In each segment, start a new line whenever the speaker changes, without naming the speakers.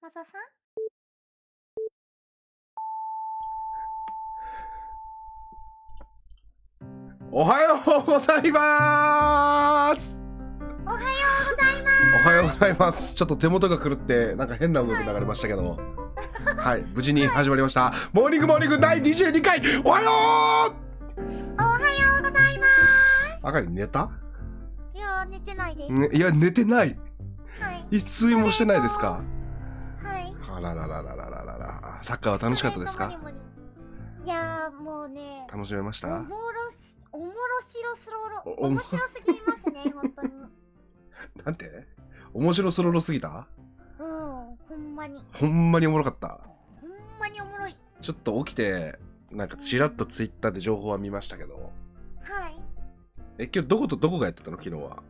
マサさん
おはようございます
おはようございます
おはようございますちょっと手元が狂ってなんか変な音楽流れましたけどもはい無事に始まりました「モーニングモーニング第22回おはよ
おはようございま
う!」あかり寝た、
すいやー寝てないです、
ねいや寝てない
はい
一睡もしてないですか
はい
あららららららららサッカーは楽しかったです
ストレー
か
トモリモリいやーもうね
楽しめまし
お
た
もろしおもろしろすろろ
お
面白すぎますね本当に
なんて面白そろろすぎた
うんほんまに
ほんまにおもろかった
ほんまにおもろい
ちょっと起きてなんかちらっとツイッターで情報は見ましたけど
はい
え今日どことどこがやってたの昨日は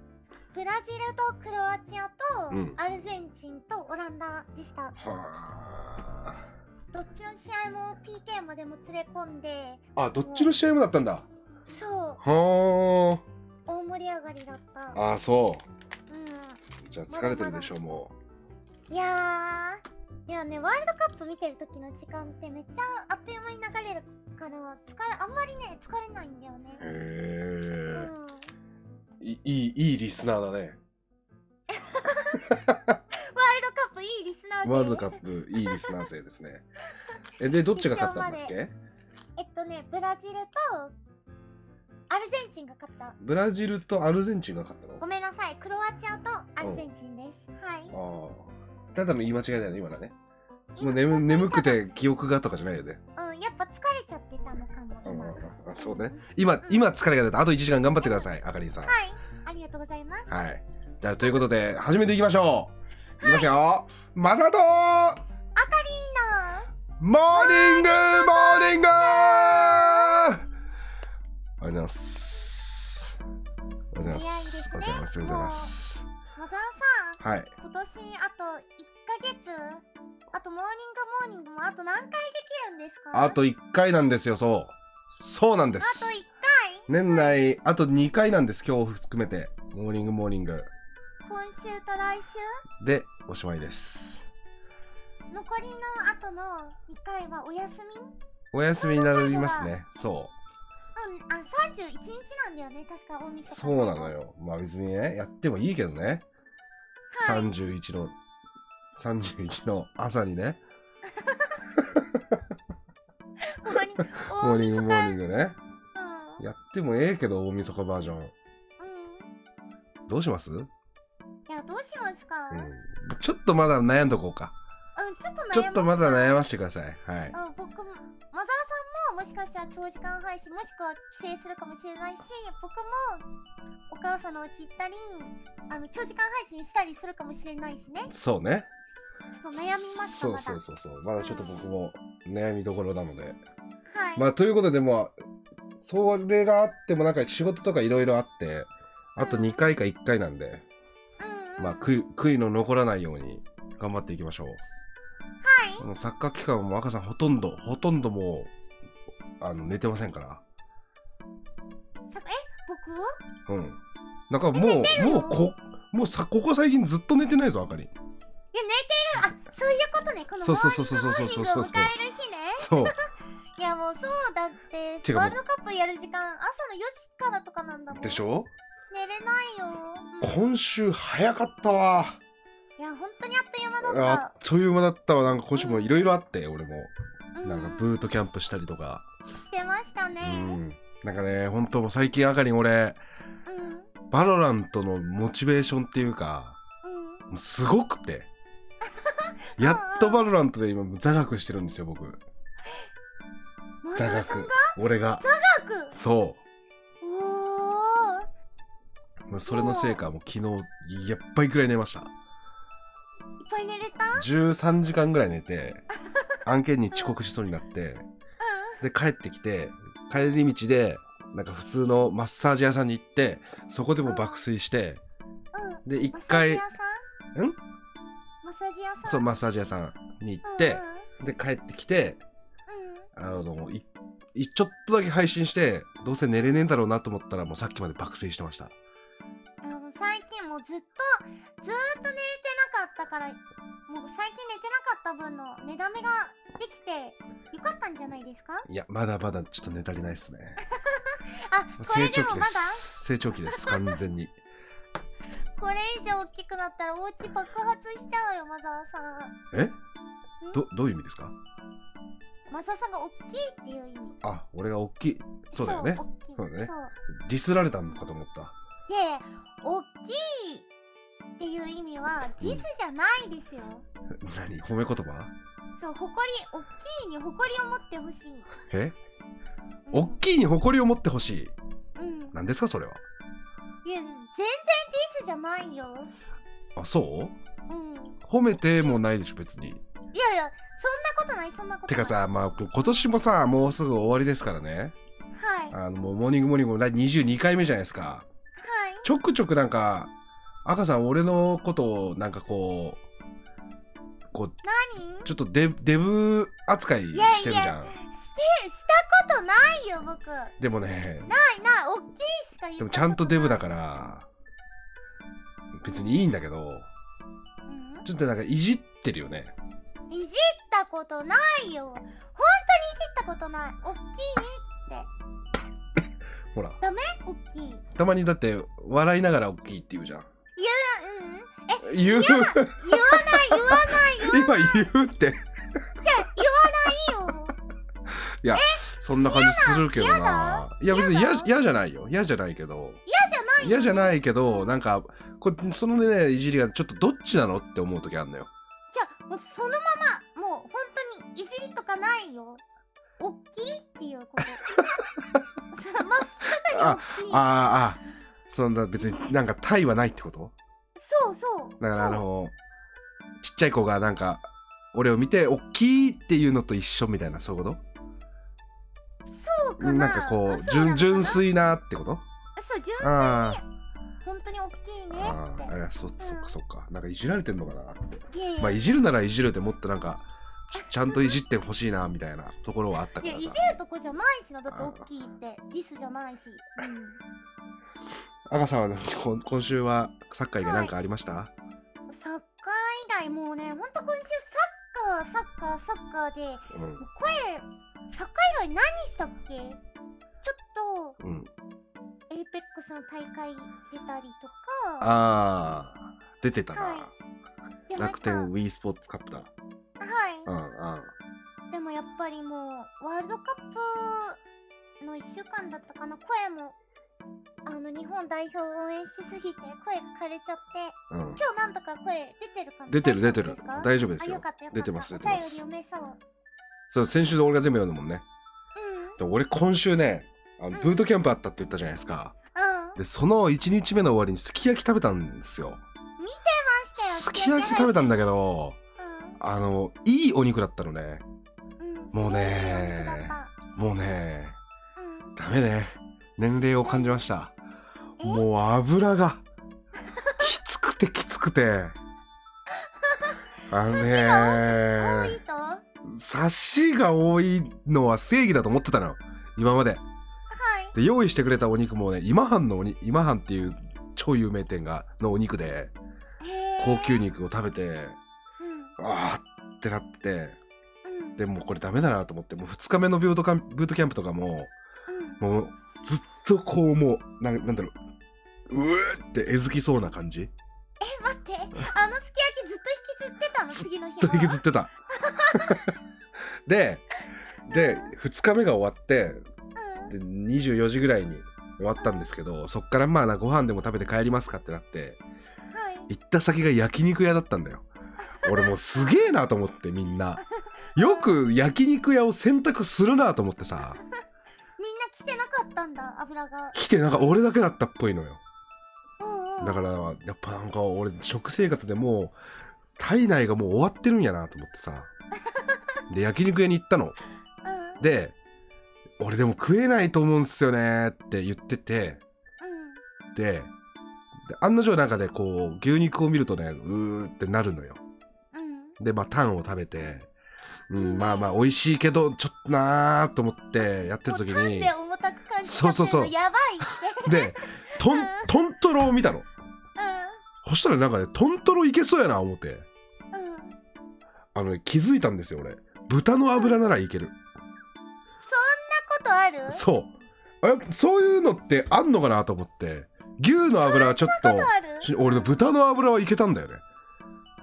ブラジルとクロアチアと
うん
アルゼンチンとオランダでした、
は
どっちの試合も PK までも連れ込んで
ああどっちの試合もだったんだ
そう
は
大盛り上がりだった
ああそう
う
じゃあ疲れてるでしょうも
んいやーいやねワールドカップ見てる時の時間ってめっちゃあっという間に流れるから疲れあんまりね疲れないんだよね
うへ
うん
えいいいいいリスナーだね
ワールドカップいいリスナーで
ワールドカップいいリスナー勢ですねえでどっちが勝ったんだっけ
えっとねブラジルとアルゼンチンが勝った
ブラジルとアルゼンチンが勝ったの
ごめんなさいクロアチアとアルゼンチンですはい
ああただの言い間違いだよね今のね
今
もう眠眠く
本
て記憶がとかじゃないよね
当にただうんやっぱ疲れちゃってたのかも
うん
今
あ
は
あそうね今今疲れが出たあと1時間頑張ってくださいあかりんさん
いありがとうございます
はい。じゃあということで始めていきましょう。いきますよ。マサト
あかり
モーニングモーニング。ありがとうございます。ありがとうございます。ありがとうございます。ありがとうございます。
ーのマザーさん
はい。
今年あと1ヶ月あとモーニングモーニングもあと何回できるんですか
あと1回なんですよ。そう。そうなんで
あ
す
と。1
年内あと2回なんです。今日含めてモーニングモーニング
回今週と来週
でおしまいです。
残りの後の2回はお休みうん
お休みになりますね。そう。
あ31日なんだよね確か大晦日
そうなのよ。まあ別にね、やってもいいけどね。
はい
31の、31の朝にね、
ほんまに
モ
大
ーニン
晦日
グモーニングね。
うん
やってもええけど、大晦日バージョン。
うん
どうしますうん。
いやどうしますかうん、
ちょっとまだ悩んどこうか。
ちょっと悩む
ちょっとまだ悩ましてください。はい。
うん僕もマザーさんももしかしたら長時間配信もしくは帰省するかもしれないし僕もお母さんのお家行ったりあの長時間配信したりするかもしれないしね
そうね。
ちょっと悩みました
そ
ま
う
だ
そうそうそう。まだちょっと僕も悩みどころなので。
はい、
まあということで、もう、それがあってもなんか仕事とかいろいろあって、あと2回か1回なんで、
うんうん
まあ悔い悔いの残らないように頑張っていきましょう。
はい
このサッカー期間はもう赤さんほとんどほとんどもうあの寝てませんから
さえ僕
うんなんかも
て
う
るよ
もうこもうさここ最近ずっと寝てないぞあかり
いや寝てるあそういうことねこの
そ
モ
う
ー
そう
ニ
そうそうそうそ
ン
う
グモーニングを迎える日ね
そう
いやもうそうだって
てか
ワ
もう
ールドカップやる時間朝の4時からとかなんだもん
でしょ
寝れないよ、うん
今週早かったわ
いや本当にあっという間だった
あっという間だったわなんか今週もいろいろあって俺も
うん
なんかブートキャンプしたりとか
してましたね
う。んなんかね本当もう最近あかり俺
うん。うん。
バロラントのモチベーションっていうかもうすごく てやっとバロラントで今座学してるんですよ僕
マ
座
サさん
学
が
俺が
学
そ
おー
うもうそれのせいかもう昨日やっぱりくらい寝ました
いっぱい寝れた
13時間ぐらい寝て 案件に遅刻しそうになってで帰ってきて帰り道でなんか普通のマッサージ屋さんに行ってそこでも爆睡して
うん。うん。
で
マッ
1
サージ
回
屋さん
ん
マッサージ屋さん
そうマッサージ屋さんに行っ
う
て
ん
で帰ってきて
うん。うん
あのいいちょっとだけ配信してどうせ寝れねえんだろうなと思ったらもうさっきまで爆睡してました
あの最近もうずっとずーっと寝れてなかったからもう最近寝てなかった分の目覚めができてよかったんじゃないですか
いや、まだまだちょっと寝足りないですね。
あこれ
成
でも
長期
ま
で
だ
す。成長 期です、完全に。
これ以上大きくなったらお家爆発しちゃうよマザーさん
えど、どういう意味ですか
マザーさんが大きいっていう意味
あ、俺が大きい。そうだよね
大。きい
そうだね
そう
ディスられたのかと思った。
で大きいっていう意味はディスじゃないですよ、
何褒め言葉
そう誇り大きいに誇りを持ってほしい
え大きいに誇りを持ってほしい。
うんいや
何ですか、それは。
全然ディスじゃないよ
あ、そう
うん
褒めてもないでしょ、別に。
いやいやそんなことないそんなことない
てかさ、まあ、今年もさ、もうすぐ終わりですからね。
はいはい
あの、もうモーニングモーニングも22回目じゃないですか。ちょくちょくなんか、赤さん、俺のことを、なんかこう、こう、
何
ちょっとデデブ扱いして
い
るじ
やい
ゃん。
してしたことないよ僕な
でもね、
いな大きいしか言ったことない
でもちゃんとデブだから、別にいいんだけど、
うん
ちょっとなんかいじってるよね。
いじったことないよ本当にいじったことない大きい
ほら、
大きいいや
たまにだって、笑いながら大きいって言うじゃん。
うん
言う
言わない言わない言わない
今言うって。
じゃあ言わないよ
そんな感じするけど
嫌だ
な。いや別に
嫌だ
嫌嫌じゃないよ。嫌じゃないけど。
嫌じゃないよ
嫌じゃないけど、なんか、こうそのね、いじりがちょっとどっちなのって思う時あるんだよ。
じゃあもうそのままもう本当にいじりとかないよおっきいっていうことさまっすぐにおっきい
ああ、ああ。そんな別になんか体はないってこと
そうそう
だからあ
そう
の、ちっちゃい子がなんか、俺を見て、おっきいっていうのと一緒みたいな、そういうこ
そう
と
か
な
なん
か
そう
こう、
なのか
純
な
純粋なってこと
そう純粋に
あー
本当におっきいね
あ
っ
あ、いやそ、そっかそっか。なんかいじられてんのかなって。
ていやいや、
まあ、いじるならいじるでもっとなんか、ちちゃんといじってほしいな、みたいなところはあった
い
か
や
ら
いじ
さ
る。とこじゃないしなだっておっきいってディスじゃないし、
赤さんはなんかこん今週はサッカー以外なんかありました、
うん、サッカー以外もうねほんと今週サッカーサッカーサッカーで
うん。
声サッカー以外何したっけちょっ
うん。
とエイペックスの大会出たりとか
ああ、出てたな。
はい出まし
楽
た
天
は
w e スポーツカップだ。うん
い
うん。
でもやっぱりもうワールドカップの1週間だったかな声もあの日本代表を応援しすぎて声が枯れちゃって
うん、
今日なんとか声出てるかな
出てる出てる
大丈夫ですか。
大丈夫で
あ
す
よ
よ
か。ったよかった
出てます出て
お
ます
便り読めそううん
そう先週で俺が全部読んだもんね。で俺今週ねあの
うん
ブートキャンプあったって言ったじゃないですか。
うん
でその1日目の終わりにすき焼き食べたんですよ。
見てましたよ
すき焼き食べたんだけど
う
あのいいお肉だったのね。
んうん
もう
す
ね
ごい良かっ
もうね
たうん
ダメね年齢を感じました。
え
もう油がきつくてきつくて。あの
多
ね
いとは
差しが多いのは正義だと思ってたのよ今まで
い
で用意してくれたお肉もね今半のおに今半っていう超有名店がのお肉で
へー
高級肉を食べて
うん
あーってなって
うん
でもうこれダメだなと思ってもう2日目のビュートカンブートキャンプとかも
うん
もうずっとこうもうなんなんだろううーってえずきそうな感じ
え待ってあのすき焼きずっと引きずってたの次の日も
ずっと引きずってたでで2日目が終わって
うん
で24時ぐらいに終わったんですけどそっからまあなご飯でも食べて帰りますかってなって
はい
行った先が焼肉屋だったんだよ俺もうすげえなと思ってみんなよく焼肉屋を選択するなと思ってさ
みんな来てなかったんだ油が
来てなんか俺だけだったっぽいのよ
うんうん
だかららやっぱなんか俺食生活でもう体内がもう終わってるんやなと思ってさで焼肉屋に行ったの
うんうん
で俺でも食えないと思うんすよねって言っててでで案の定なんかでこう牛肉を見るとねうーってなるのよ
うん
でまあタンを食べて、う
いいね
ん、まあまあ美味しいけどちょっとなーと思ってやってる時
もう噛ん
に
で重たく感じ
そうそうそう
ちゃってるのやばいって
でトントントロを見たのそしたらなんかねトントロいけそうやな思って
うんうん
あのね気づいたんですよ俺豚の油ならいける
ことあるそ
そうえそういうのってあんのかなと思って牛の油はちょ
ん
っ
なことある
とし俺の豚の油はいけたんだよね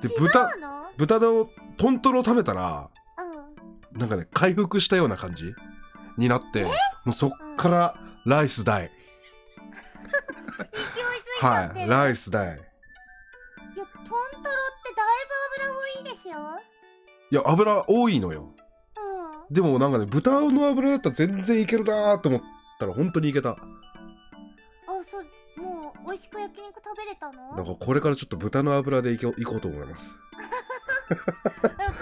で
違
豚
うの
豚のトントロ食べたら
うん
なんかね回復したような感じになってもうそっからライス大
勢いついちゃっ
は
て
い
る、い、
ライス大
やトントロってだいぶ脂多いですよ
いや油多いのよ
うん
でもなんかね豚の油だったら全然いけるなーと思ったら本当にいけた
あそうもう美味しく焼肉食べれたの
なんかこれからちょっと豚の油でいけいこうと思います
でもトントロいける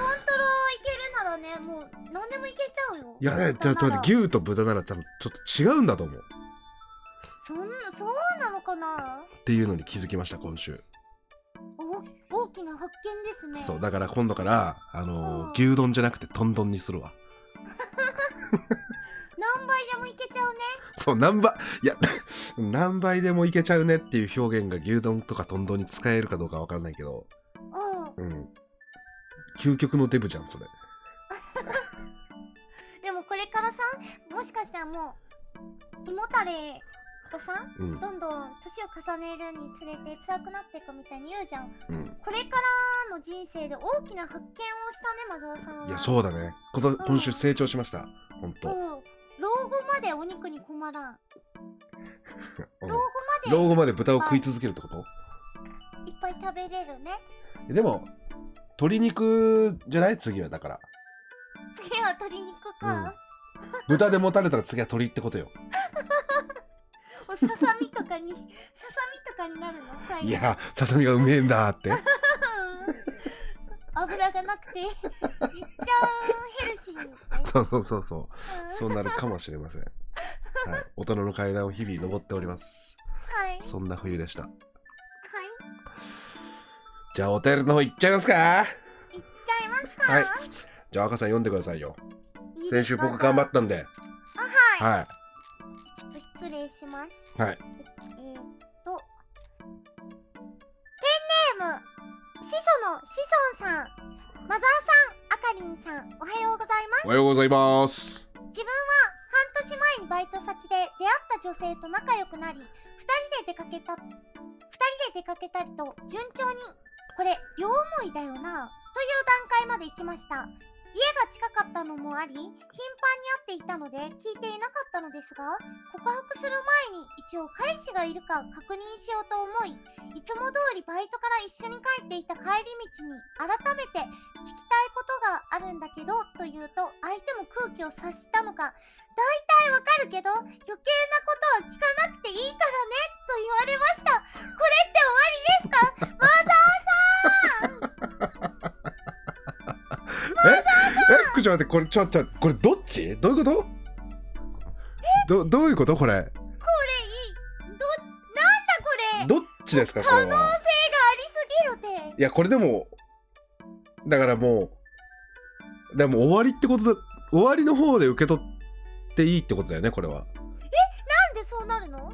ならねもう何でもいけちゃうよ
いやねちょ
豚
っと
なら
待って牛と豚なら多分ちょっと違うんだと思う
そんなそうなのかな
っていうのに気づきました今週
お大きな発見ですね
そうだから今度からあのー
う
牛丼じゃなくて豚丼にするわ
何倍でもいけちゃうね
そう何倍いや 何倍でもいけちゃうねっていう表現が牛丼とか豚丼に使えるかどうかわからないけど
う
うん究極のデブじゃんそれ
んでもこれからさもしかしたらもう胃もたれがさ
うん
どんどん年を重ねるにつれて辛くなっていくみたいに言うじゃん
うん
これからの人生で大きな発見をしたねマザーさんはい
やそうだねこと今週成長しました本当
う、ん老後までお肉に困らん
うん
老後まで
老後まで豚を食い続けるってこと
いっぱい食べれるね
えでも鶏肉じゃない次はだから
次は鶏肉か、
豚でもたれたら次は鶏ってことよ
もうささみとかにささみとかになるの最後
いやささみがうめえんだって
うん油がなくていっちゃうヘルシーみたいな
そうそうそうそう
うん
そうなるかもしれません。はい、大人の階段を日々登っております。
はいはい
そんな冬でした。じゃあお便りの方行っちゃいますか。
いっちゃいますか、
はい。じゃあ赤さん読んでくださいよ。
いいです
先週
か
僕頑張ったんで。
あはい、
は
ちょっと失礼します
い。はい。
えー、っとペンネーム始祖の子孫さんマザーさんあかりんさんおはようございます
おはようございます。
自分は半年前にバイト先で出会った女性と仲良くなり2人で出かけた2人で出かけたりと順調にこれ両思いだよなという段階まで行きました家が近かったのもあり頻繁に会っていたので聞いていなかったのですが告白する前に一応彼氏がいるか確認しようと思いいつも通りバイトから一緒に帰っていた帰り道に改めて聞きたいことがあるんだけどと言うと相手も空気を察したのか大体わかるけど余計なことは聞かなくていいからねと言われましたこれって終わりですか
え、え、ちょっと待って、これ、ちょ、ちょ、これどっち、どういうこと。ど、どういうこと、これ、
これいいどなんだこれ
どっちですか、これは。
可能性がありすぎるて
いや、これでも。だからもう。でも終わりってことだ。終わりの方で受け取っていいってことだよね、これは。
なんでそうなるの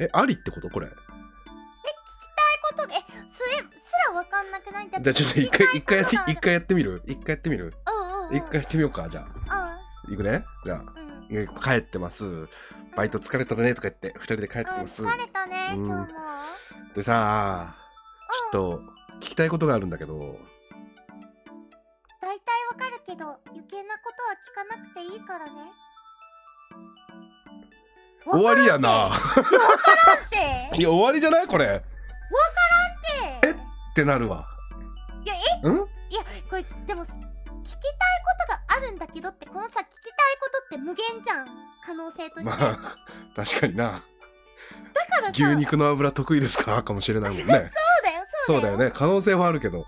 え、ありってこと、これ。
え聞きたいことえそれすらわかんなくないんだ
じゃあちょっと一回一回やって一
回
回やってみる一回やってみる
うんうん、うん、
一回やってみようかじゃあ行くねじゃあ
うんうん
え帰ってますバイト疲れたねとか言って二人で帰って
うん
ます
疲れたね
うん
今日も
でさちょっと聞きたいことがあるんだけど
大体わかるけど余計なことは聞かなくていいからね
終わりやな
わなんて
いや終わりじゃないこれ
って
ってなるわ
いや
うん
いやこれでも聞きたいことがあるんだけどってこのさ聞きたいことって無限じゃん可能性として、
ま
だ
あ確かにな
からさ
牛肉の油得意ですかかもしれないもんね
そうだよそ
そうう
だ
だ
よ
よね可能性はあるけど
そ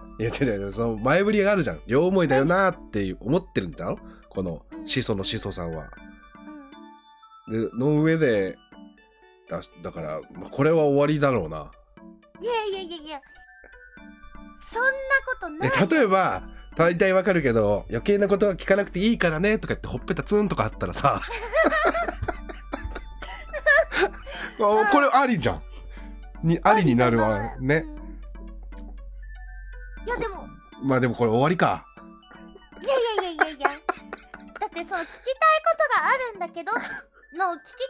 う
いや違う違う違うその前振りがあるじゃん両思いだよなーっていう思ってるんだろこのシソのシソさんは
うん
での上でだしだから、まあこれは終わりだろうな。
いやいやいやいやそんなことない
え例えば大体わかるけど余計なことは聞かなくていいからねとか言ってほっぺたツンとかあった らさあこれありじゃん。にありになるわね
う。んいやでも
まあでもこれ終わりか
いやいやいやいやいやだってその聞きたいことがあるんだけどの聞き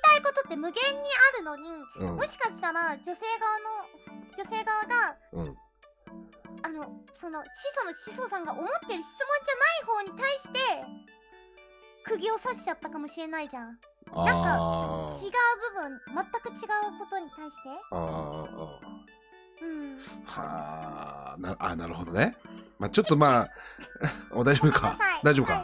たいことって無限にあるのに
うん
もしかしたら女性側の女性側が
うん
あのその始祖の始祖さんが思ってる質問じゃない方に対して釘を刺しちゃったかもしれないじゃん違う
あ
部
ー
分全く違うことに対して
あー
うん
はあなあなるほどねまあちょっとまあ お大丈
ご
夫
めん
か
なさい
大丈夫か、
は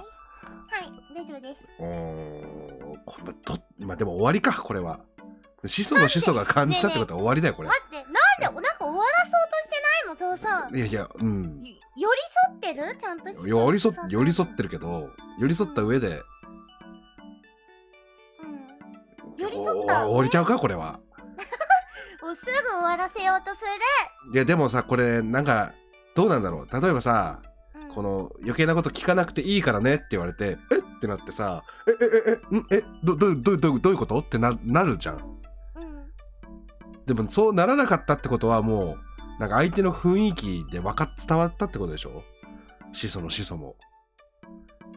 い、はい、大丈夫です
うーんこれどまあでも終わりかこれは始祖の始祖が感じたってことは終わりだよこれ
待ってなんでなんか終わらそうとしてないもんそうさ
いやいやうん
寄り添ってるちゃんとし
寄り添っ寄り添ってるけど寄り添った上で
うん寄り添った
お終わりちゃうかこれは
おすぐ終わらせようとす
いやでもさこれなんかどうなんだろう例えばさ
る、うん
この余計なこと聞かなくていいからねって言われてえってなってさええええんえどどどどどういうことってななるじゃん
うん
でもそうならなかったってことはもうなんか相手の雰囲気でわか伝わったってことでしょ始祖の始祖も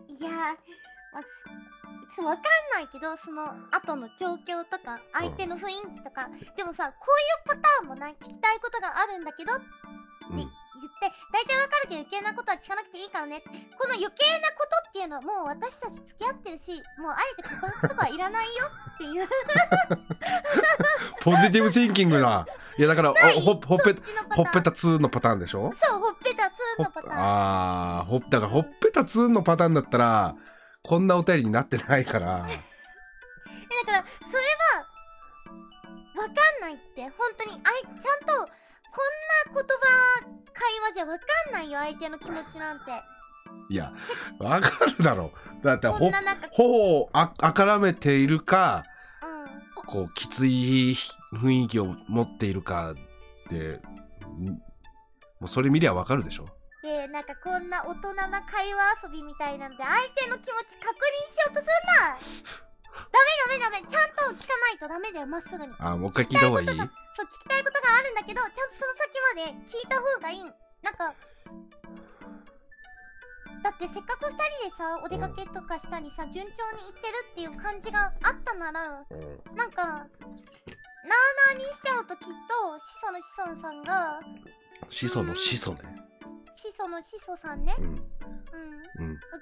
いやー、まあすちょっとわかんないけど、その後の状況とか、相手の雰囲気とか、でもさ、こういうパターンもない、聞きたいことがあるんだけどって
うん
言って、大体わかるけど余計なことは聞かなくていいからね。この余計なことっていうのはもう私たち付き合ってるし、もうあえて告白とかはいらないよっていう
ポジティブシンキングないやだからおほっほっ
そ
ぺ
っちのパタ
ほ
ー
っぺ
ン。
た2のパターンでしょ
そう、ほっぺた2
ほ
の
っ
パターン。
ああほっだからほっぺた2のパターンだったらこんなお便りになってないか
え
ら
だからそれはわかんないって本当にあいちゃんとこんな言葉会話じゃわかんないよ相手の気持ちなんて
いやわかるだろだって
こ
ほ
んななんか
頬をああからめているか
うん
こうきつい雰囲気を持っているかでんもうそれ見りゃわかるでしょ
でなんかこんな大人な会話遊びみたいなんで相手の気持ち確認しようとすんなダメダメダメちゃんと聞かないとダメだよまっすぐに
あーもう一回聞いた方がいい
そう聞きたいことがあるんだけどちゃんとその先まで聞いた方がいいなんかだってせっかく2人でさお出かけとかしたりさ、順調に行ってるっていう感じがあったなら
うん
なんかなあなあにしちゃうときっと始祖の子孫さんが
始祖の始祖ね
始祖の始祖さんね
うん
うん
うん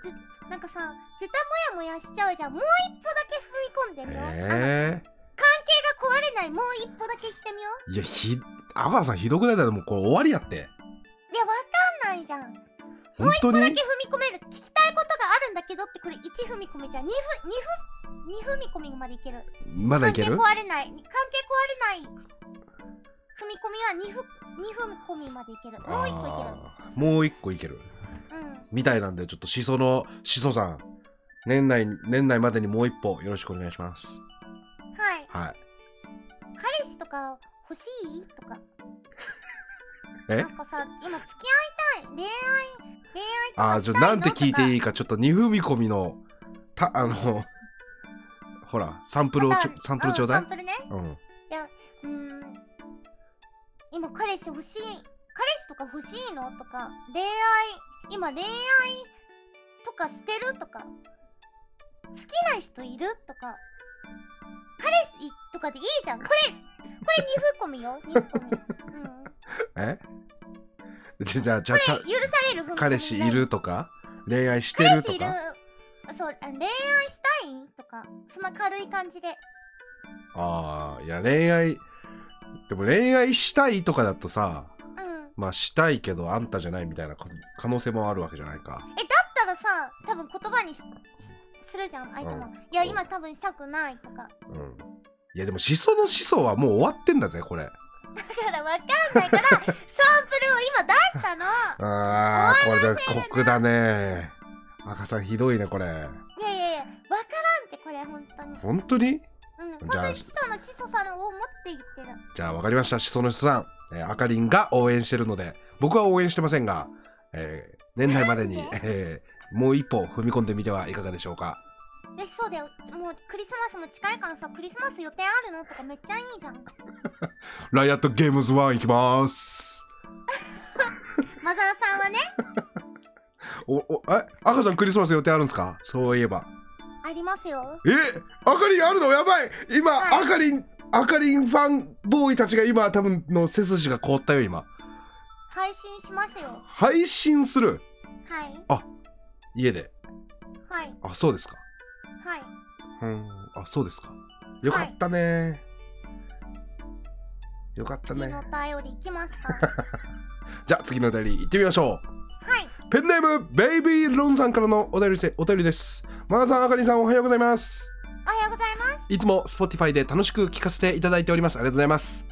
ずなんかさ絶対モヤモヤしちゃうじゃんもう一歩だけ踏み込んでみよう、あの
え
関係が壊れないもう一歩だけ行ってみよう
えいやひ阿川さんひどくないだろもうこれ終わりやって
いやわかんないじゃん
本当
これだ
に
け踏み込める聞きたいことがあるんだけどってこれ1踏み込みじゃん2ふ2ふ2踏み込みまでいける
まだいける
関係壊れない関係壊れない踏み込みは2ふ2踏み込みまでいけるもう1個い
あーもう一個いける
けるうん
みたいなんでちょっとしそのしそさん年内年内までにもう一歩よろしくお願いします
はい
はい
彼氏とか欲しいとか
え
なんかさ今付き合いたい恋愛恋愛とか
ああじゃあなんて聞いていいかちょっと二踏み込みのたあの ほらサンプルをちょサンプルちょうだ
い、う
い
ん、サンプルね
うん
うーん今彼氏欲しい彼氏とか欲しいのとか恋愛今恋愛とかしてるとか好きな人いるとか彼氏とかでいいじゃんこれこれ二分込みよ二分込み、うん、こ
えじゃじゃあじゃあ
れ
ちゃ
許される踏み込み
彼氏いるとか恋愛して
彼
る
氏
と
いる
か
そうあ恋愛したいとかそんな軽い感じで
ああいや恋愛でも恋愛したいとかだとさ
うん
まあしたいけどあんたじゃないみたいな可能性もあるわけじゃないか
えだったらさ多分言葉にししするじゃん相手も、
う
いや今多分したくないとか
うんいやでもしその思想はもう終わってんだぜこれ
だからわかんないからサンプルを今出したの
あーこれで酷だね赤さんひどいねこれ
いやいやいやわからんってこれ本当に
本当に
うん本
じゃあ
当に始祖の始祖さんを持って言ってる
じゃあわかりましたしその思想さん、えー、あかりんが応援してるので僕は応援してませんが、えー年内までに
なんで、
えーもう一歩踏み込んでみてはいかがでしょうか
えそうだよもうクリスマスも近いからさクリスマス予定あるのとかめっちゃいいじゃん
ライアットゲームズ1いきます
マザーさんはね
おおえ赤ちゃんクリスマス予定あるんですかそういえば
ありますよ
えあかりんあるのやばい今、
はい
あかりんあかりんファンボーイたちが今多分の背筋が凍ったよ今
配信しますよ
配信する
はい
家で
はい
あそうですか
はい
うんあそうですかよかったね、よかった
次
ね
のお便りいきますかは
じゃあ次のお便り行ってみましょう
い
ペンネームベイビーロンさんからのお便りせお便りです。マナさん、あかりんさん、おはようございます。
おはようございます
いつも Spotify で楽しく聞かせていただいております。ありがとうございます。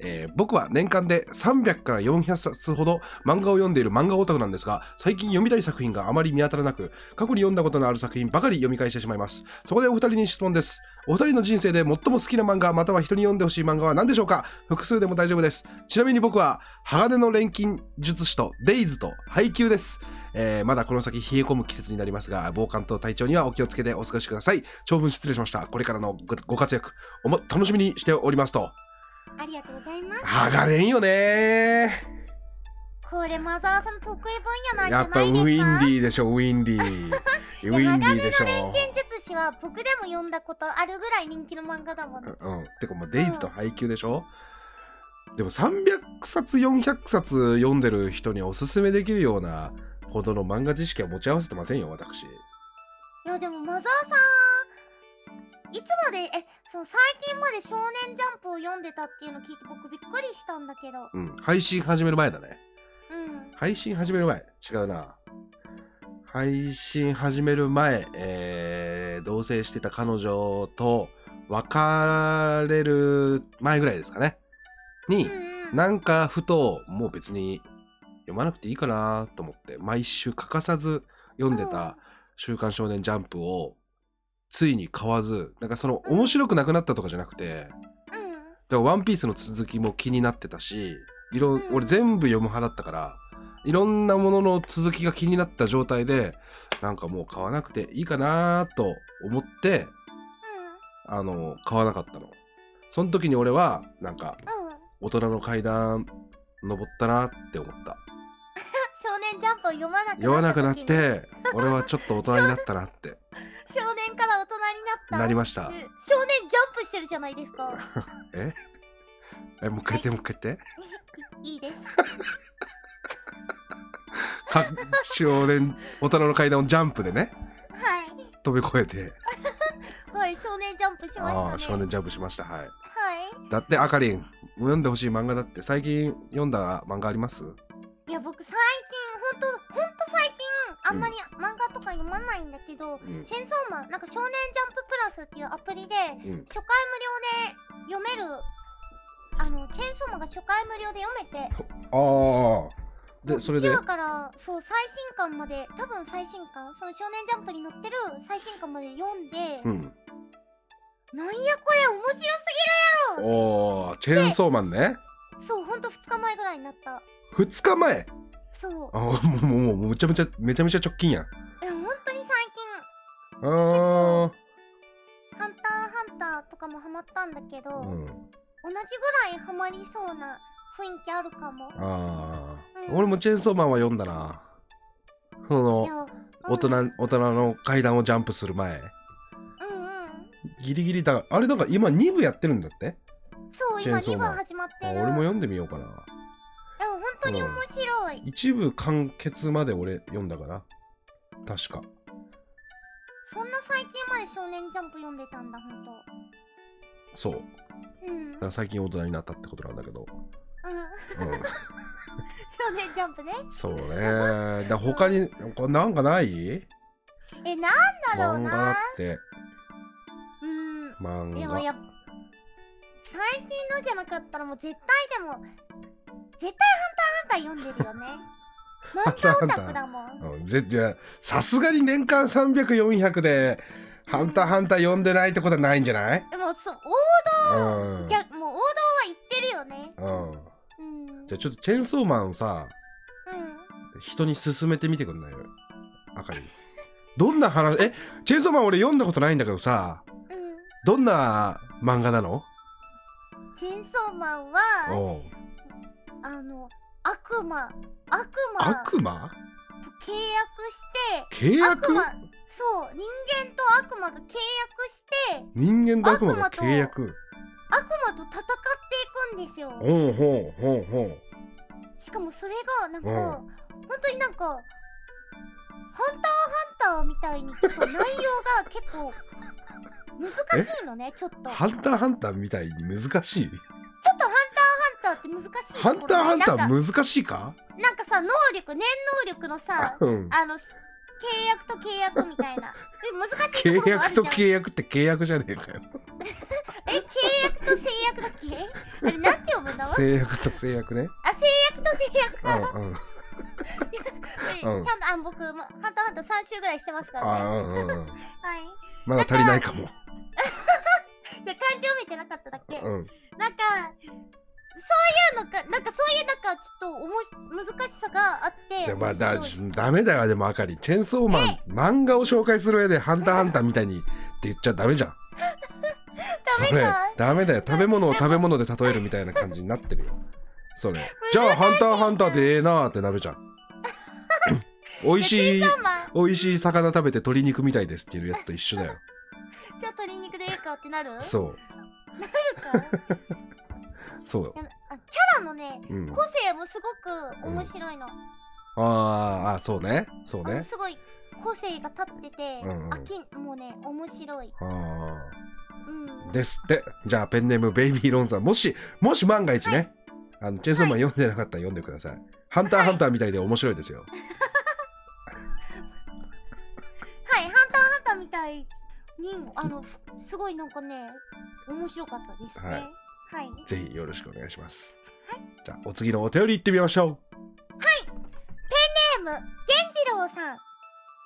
えー僕は年間で300から400冊ほど漫画を読んでいる漫画オタクなんですが最近読みたい作品があまり見当たらなく過去に読んだことのある作品ばかり読み返してしまいますそこでお二人に質問ですお二人の人生で最も好きな漫画または人に読んでほしい漫画は何でしょうか複数でも大丈夫ですちなみに僕は鋼の錬金術師とデイズと配給ですえーまだこの先冷え込む季節になりますが防寒と体調にはお気をつけてお過ごしください長文失礼しましたこれからのごご活躍おも楽しみにしておりますと
ありがとうございます
上がれんよね
これマザーさん得意分野
や
なん
っ
じ
ぱ
ゃ
ウ
ない
ィンデ
ですか
ィーでしょウィンディーウィンディーでしょ
剣術師は僕でも読んだことあるぐらい人気の漫画だもんね
うんてかもうデイズと配給でしょでも300冊400冊読んでる人におすすめできるようなほどの漫画知識は持ち合わせてませんよ私
いやでもマザーさんいつまでえそう最近まで「少年ジャンプ」を読んでたっていうの聞いて僕びっくりしたんだけど
うん配信始める前だね
うん
配信始める前違うな配信始める前、えー同棲してた彼女と別れる前ぐらいですかね
う
に、
んうん
なんかふともう別に読まなくていいかなと思って毎週欠かさず読んでた「週刊少年ジャンプ」をついに買わずなんかその
うん
面白くなくなったとかじゃなくて
うん
「だからワンピースの続きも気になってたしいろん
うん
俺全部読む派だったからいろんなものの続きが気になった状態でなんかもう買わなくていいかなと思ってあの買わなかったの。その時に俺はなんか
うんうん
大人の階段登ったなって思った
少年ジャンプを読まなくなった時に
酔わなくなって俺はちょっと大人になったなって
少年から大人になった
なりました
え少年ジャンプしてるじゃないですか
えもう一回言ってもう一回言って
いいいです
か少年大人の階段をジャンプでね
はい
飛び越えて
はい少年ジャンプしま
ああー
した
少
ね
年ジャンプしましたはい
はい
だってあかりん読んでほしい漫画だって最近読んだ漫画あります
いや僕最近ほんとほんと最近あんまり漫画とか読まないんだけど、
うん
チェンソーマンなんか少年ジャンププラスっていうアプリで
うん
初回無料で読めるあのチェンソーマンが初回無料で読めて
ああ
もう
でそれで
1話からそう最新刊まで多分最新刊その少年ジャンプに載ってる最新刊まで読んで、
うん
なんやこれ面白すぎる
おーチェーンソーマンね
そうほんと2日前ぐらいになった
2日前
そう
あーもうもうもうめちゃめちゃめちゃめちゃ直近やん
え本当に最近
あー
ハンターハンターとかもハマったんだけど、
うん
同じぐらいハマりそうな雰囲気あるかも。
ああ、
うん
俺もチェーンソーマンは読んだなそ
い
の
や
大人、
うんうん。
大人の階段をジャンプする前ギリギリだあれなんか今2部やってるんだって
そう、
チェー
今
ンソー
2
マン
番始まって
あ
る。
俺も読んでみようかな
でも本当に面白い。
1部完結まで俺読んだかな確か
そんな最近まで少年ジャンプ読んでたんだ、本当。
そうだ
うん。 うん
から最近大人になったってことなんだけど、
少年ジャンプね。
うん、そうねだから他にこれなんかない
え、なんだろう
漫画っ
な。
て
うん。で
漫
も
画
やっ最近のじゃなかったらもう絶対でも、絶対ハンターハンター読んでる よね。漫画オタクだもん。
うんぜじゃあさすがに年間300400で「ハンターハンター」読んでないってことはないんじゃない
でもそう、
うん
いやもう王道は言ってるよね。
うん
うん。
じゃあちょっとチェーンソーマンをさ
うん。
人に勧めてみてくんないよあかりどんな話えチェーンソーマン俺読んだことないんだけどさ
う
どんな漫画なの
ん、チェンソーマン
お
は
う
あの悪魔悪魔
悪魔
と契約して
契約
悪魔そう人間と悪魔が契約して
人間と悪魔が
悪魔と
契約
悪魔と戦っていくんですよ
ほうほうほうほう
しかもそれがなんか、
うん
本当になんかハンターハンターみたいにちょっと内容が結構難しいのねちょっとちょっと
ハ
ハン
ンターハンターみたいに難しい
ターハンターって難しいとこ
ハ
ろ
ンターハンタ
な
ー
んか
難しいか
なんかさ能力念能力のさ
うん
あのす契約と契約みたい なえ難しいとこ
契
ろもあ
約
るじ
と
ゃん
契約って契約じゃねえかよ
え契約と制約だっけあれなんて呼ぶんだ わ
制約と制 約ね
あ制約と制約
う
か、
んうん
えち
うん
ゃんとあ僕まハンターハンター3週ぐらいしてますからね
あ
は
うんう んう
い
んまだ足りないかも
じゃあ漢字読めてなかっただっけ、
うん
なんかそういうのかなんかそういうなんかちょっとおもし難しさがあって
じゃあまあだ
面白い
ダメだよでもあかりチェンソーマン漫画を紹介する上で「ハンターハンター」みたいにって言っちゃダメじゃん
ダ
そ
メ
れ
か
ダメだよ食べ物を食べ物で例えるみたいな感じになっ てるよそれじゃあ「ハンターハンター」でええなーってな るじゃん美味しい
チェンソーマン
美味しい魚食べて鶏肉みたいですっていうやつと一緒だ よ
じゃあ鶏肉でいいかってなる
そう
なるか
そうよ
いやあキャラのね
うん
個性もすごく面白いの、
あーあそうねそう
あの
ね
すごい個性が立ってて、
うんうん
あきもうね面白い、
ああ
うん、
ですってじゃあペンネームベイビーロンさんもしもし万が一ね、あのチェンソーマン読んでなかったら読んでください、ハンターハンターみたいで面白いですよ、
はい、ハンターハンターみたいに、あの、すすごいなんかね、面白かったですね。
は
はいい。
ぜひよろしくお願いします、じゃあお次のお便り行ってみましょう
ゲーム、源次郎さん。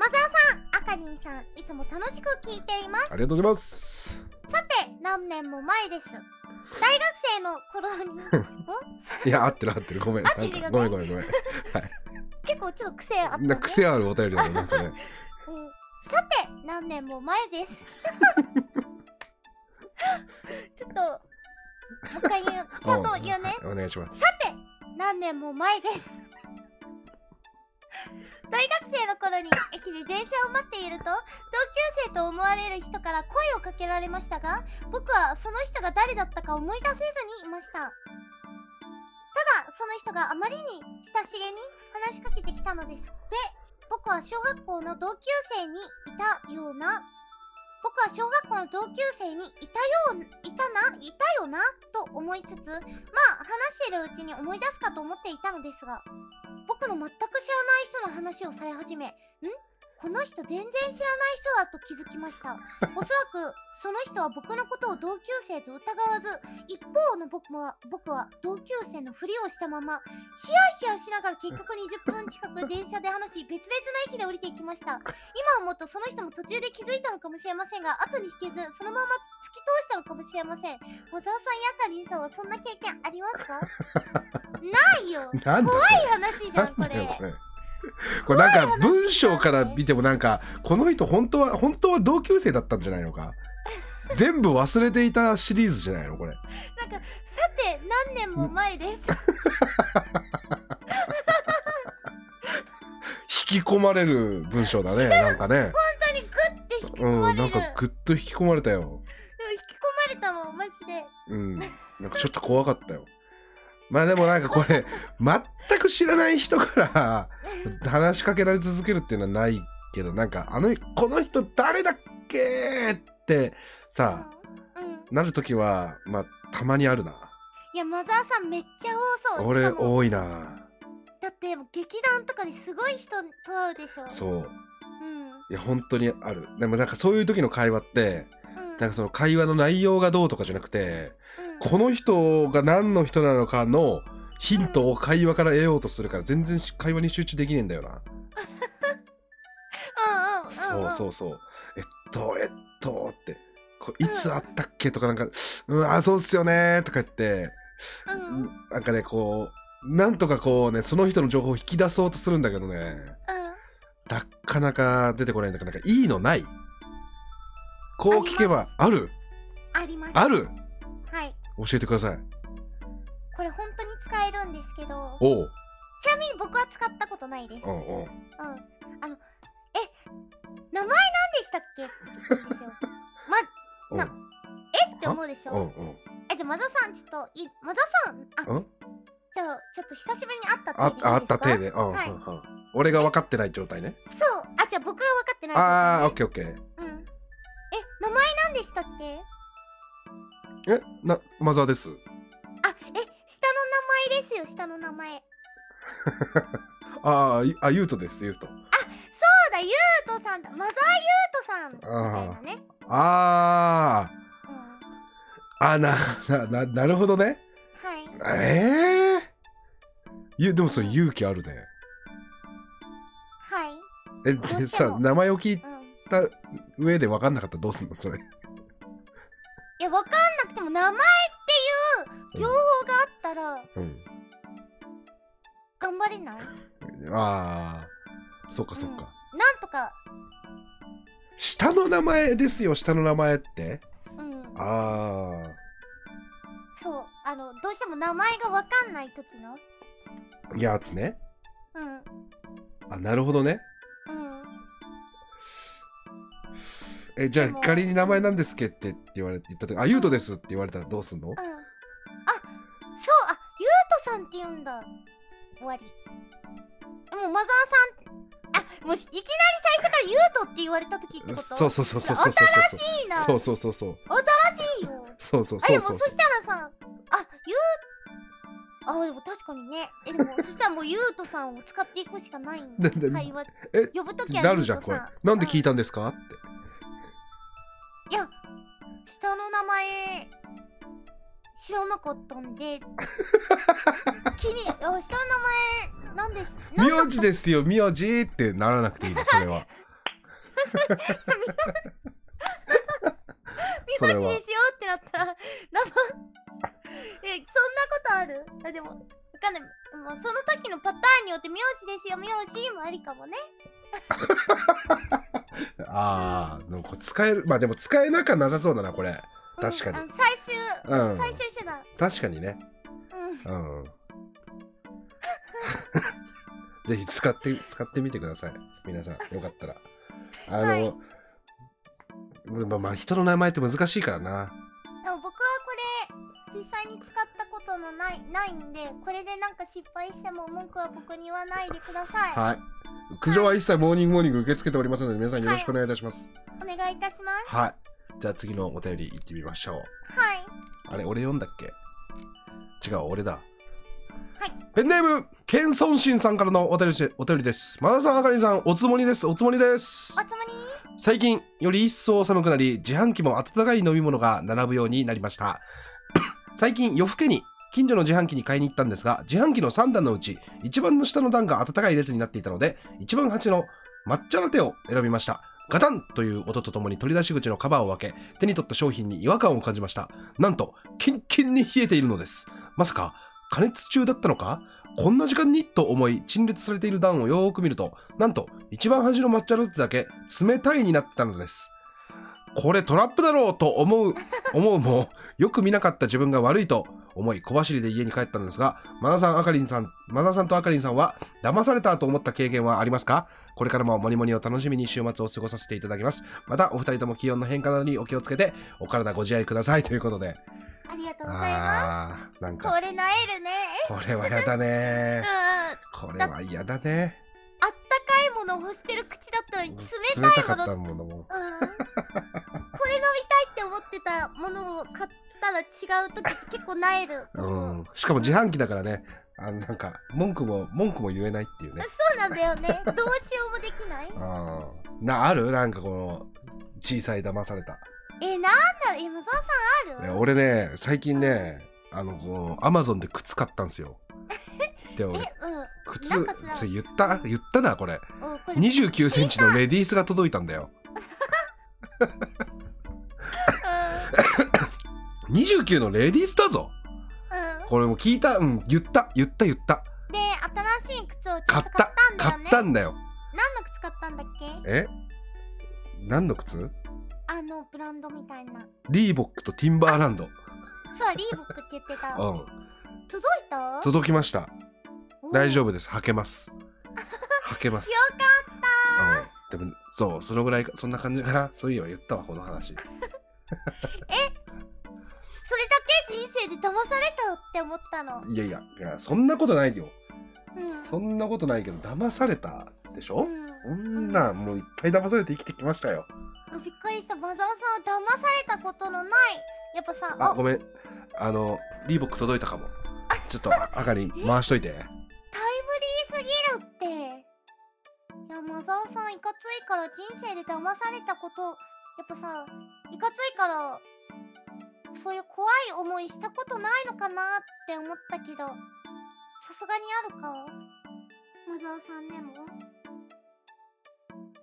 マザーさん、あかりんさん、いつも楽しく聞いています。
ありがとうございます
さて、何年も前です。大学生の頃 に、んさ
いや合ってる合ってるごめん
合
なん
っ
か
てるよね
ごめんごめんごめん
結構ちょっと癖あったね
なんか。癖あるお便りだねなんかね
うんさて、何年も前です。ちょっと、もう一回言う、 ちゃんと言うね。
うんはいお願いします
さて何年も前です 大学生の頃に駅で電車を待っていると同級生と思われる人から声をかけられましたが僕はその人が誰だったか思い出せずにいましたただその人があまりに親しげに話しかけてきたのですで僕は小学校の同級生にいたような僕は小学校の同級生にいたよういたないたよなと思いつつまあ話してるうちに思い出すかと思っていたのですが僕の全く知らない人の話をされ始めんこの人全然知らない人だと気づきましたおそらくその人は僕のことを同級生と疑わず一方の僕は僕は同級生のふりをしたままヒヤヒヤしながら結局20分近く電車で話し別々の駅で降りていきました今思うとその人も途中で気づいたのかもしれませんが後に引けずそのまま突き通したのかもしれません小沢さんやかりんさんはそんな経験ありますかないよ
なんだこ
怖
れ
い話じゃんこれ
なんだよこれこれなんか文章から見てもなんかこの人本当は本当は同級生だったんじゃないのか全部忘れていたシリーズじゃないのこれ
なんかさて何年も前です
引き込まれる文章だねなんか
本
ね
当にグッて引き込
う
まれる、
んな
で
ん
も
かぐっと引き込まれたよ
引き込まれたもんマジで
うんなんかちょっと怖かったよまあでもなんかこれ全く知らない人から話しかけられ続けるっていうのはないけどなんかあのこの人誰だっけってさ
うん、うん
なる時はまあたまにあるな。
いやマザーさんめっちゃ多そう
俺
しかも
多いな
だって劇団とかですごい人と会うでしょう、
そう
うんうん、
いや本当にあるでもなんかそういう時の会話ってなんかその会話の内容がどうとかじゃなくて
うん
この人が何の人なのかのヒントを会話から得ようとするから全然し会話に集中できねえんだよな、
うんうん
そう
う
そ
ん
うそうえっとえっとってこういつあったっけとかなんか「うんあそうっすよね」とか言って
うんうんうん
なんかねこうなんとかこうねその人の情報を引き出そうとするんだけどねなかなか出てこないんだからなんかいいのないこう聞けばある
あります
ある
はい
教えてください
これ本当に使えるんですけど
おう
ちなみに僕は使ったことないです。
うんうん
うん。あの、え、名前何でしたっけって聞くん ですよ。
うん
なえって思うでし
う
ょ
んうん
え、じゃあ、マザさん、ちょっと、いい、マザさん、あ、
ん
じゃあ、ちょっと久しぶりに会った
ああった
手
体
でいいですか
で、うんうん
はい
うん俺が分かってない状態ね
そう。あ、じゃあ、僕が分かってない。
ああオッケーオッケー
うん。え、名前何でしたっけ
えなマザーです
あ、え、下の名前ですよ、下の名前。
あーゆあゆうとですゆうと
そうだ、ゆうとさんだ。マザーゆうとさん。みたいなね。
あ
うん、
ーあななななるほどね
はい。
ええゆでもそれ勇気あるね
はい。
え
うしても
でさ名前を聞い
うん。
た上で分かんなかったらどうすんのそれ
いや、わかんなくても、名前っていう情報があったら、
うん
頑張れないなん
ああそっかそっか、
とか、
下の名前ですよ下の名前って
うん。
あ
そう。あの、どうしても名前がわかんない時の。
あやつね
うん。うん。
あなるほどねえじゃあ
でも
仮に名前なんですっけって言われて言った時あゆうとですって言われたらどうすんの
うん、あそうあゆうとさんって言うんだ終わりもうマザーさんあもういきなり最初からゆうとって言われた時ってこと
そうそうそうそうそうそうそう
いいな
そうそうそうそう
おとなしいよ
そうそう
あ
そ
で
う
も
そ
そうしたらさあゆうあでも確かにねえでも そしたらもうゆうとさんを使っていくしかないん
な
だ
な
会話
え
呼ぶ時は
なるじゃんこれなんで聞い
た、
たんですかって
うんいや下の名前知らなかったん で気にあ下の名前なんですなんだ
名字ですよ名字ってならなくていいのそれはそ
マ
れ
ジです
は
よってなったら生えそんなことあるあでもわかんないもうその時のパターンによって名字ですよ名字もありかもね
ああなんか使えるまあでも使えなかなさそうだなこれ
うん
確かに
あの最終、
うん
最終手段
確かにね
うん
うん ぜひ使って使ってみてください皆さんよかったらあの、
はい
まあまあ人の名前って難しいからな
でも僕はこれ実際に使ったことのないないんでこれでなんか失敗しても文句は僕に言わないでください、
はい苦情は一切モーニングモーニング受け付けておりますので皆さんよろしくお願いいたします
お願いいたします
はい、じゃあ次のお便り行ってみましょう
はい
あれ俺読んだっけ違う俺だ
はい
ペンネームケンソンシンさんからのお便りしお便りですマダさんあかりさんおつもりですおつもりです
おつまり
最近より一層寒くなり自販機も温かい飲み物が並ぶようになりました 最近夜更けに近所の自販機に買いに行ったんですが自販機の3段のうち一番の下の段が温かい列になっていたので一番端の抹茶ラテを選びましたガタンという音とともに取り出し口のカバーを開け手に取った商品に違和感を感じましたなんとキンキンに冷えているのですまさか加熱中だったのかこんな時間にと思い陳列されている段をよーく見るとなんと一番端の抹茶ラテだけ冷たいになってたのですこれトラップだろうと思 う思うもよく見なかった自分が悪いと思い小走りで家に帰ったのですがマナさんあかりんさんマナさんとあかりんさんは騙されたと思った経験はありますかこれからもモニモニを楽しみに週末を過ごさせていただきますまたお二人とも気温の変化などにお気をつけてお体ご自愛くださいということで
ありがとうございま
あーなん
す
か
これなえるね
これはやだ
うん
ね
あっ
これは嫌だね
たかいものを欲してる口だったのに冷
冷
た
た
い
か
もの
ったも
う
のも
ん、これ飲みたいって思ってたものを買ったら違う時って結構なえる、
うん、しかも自販機だからねあのなんか文句も文句も言えないっていうね
そうなんだよねどうしようもできない
あなあるなんかこの小さい騙された
えなんだろうえ野沢さん
い
あ
や
る
俺ね最近ねあのこうアマゾンで靴買った んすよで俺
えうん
靴
なんかさ
それ言った言ったなこれ
おこれ
2 9センチのレディースが届いたんだよ
う
29のレディースだぞ
んうん
これもう聞いたうん言った言った言った
で新しい靴をちょっと買
買っ
ったたんだよ
買
ね
ったんだよ
何の靴買ったんだっけ
え何の靴
あのブランドみたいな
リーボックとティンバーランド
そうリーボックって言ってた
うん
届いた
届きました大丈
夫。
夫です履けます履けま す
よか
うん、でもそうそのぐらいかそんな感じかなそういえば言ったわこの話
それだけ人生で騙されたって思ったの。
いやいやいやそんなことないよ
うん。
そんなことないけど騙されたでしょ、
うん
こんなんもういっぱい騙されて生きてきましたよ
あびっくりしたマザオさん騙されたことのないやっぱさ
あ
あ
ごめんあのリーボック届いたかもちょっとあかり回しといて
タイムリーすぎるっていやマザオさんいかついから人生で騙されたことやっぱさいかついからそういう怖い思いしたことないのかなって思ったけどさすがにあるかマザオさんでも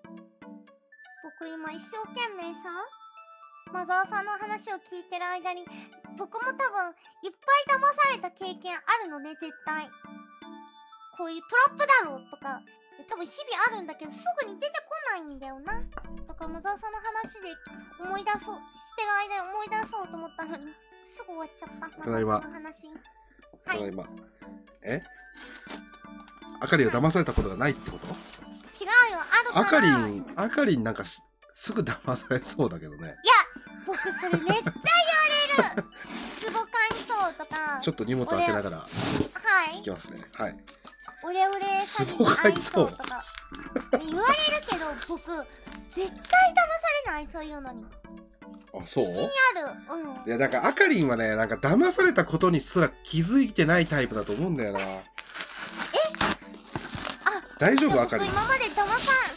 僕今一生懸命さマザオさんの話を聞いてる間に僕も多分いっぱい騙された経験あるのね絶対こういうトラップだろうとか多分日々あるんだけどすぐに出てこないんだよなだからマザオさんの話で思い出そうしてる間に思い出そうと思ったのにすぐ終わっちゃったマ
た
ザ
だい
オ
ま
さんの話は
た
い
だいまえあかりが騙されたことがないってこと
違うよあ
あ
るか
からりんあかりんなんかすすぐ騙されそうだけどね
僕それめっちゃ言われる壺感想とか
ちょっと荷物開けながら
はい
聞きますねはい
オレオレ詐欺に愛想とか言われるけど僕絶対騙されないそういうのに
あそう
自信あるうん
いやなんかあかりんはねなんか騙されたことにすら気づいてないタイプだと思うんだよなえ
あ
大丈夫あ
僕
かりん
今まで騙さん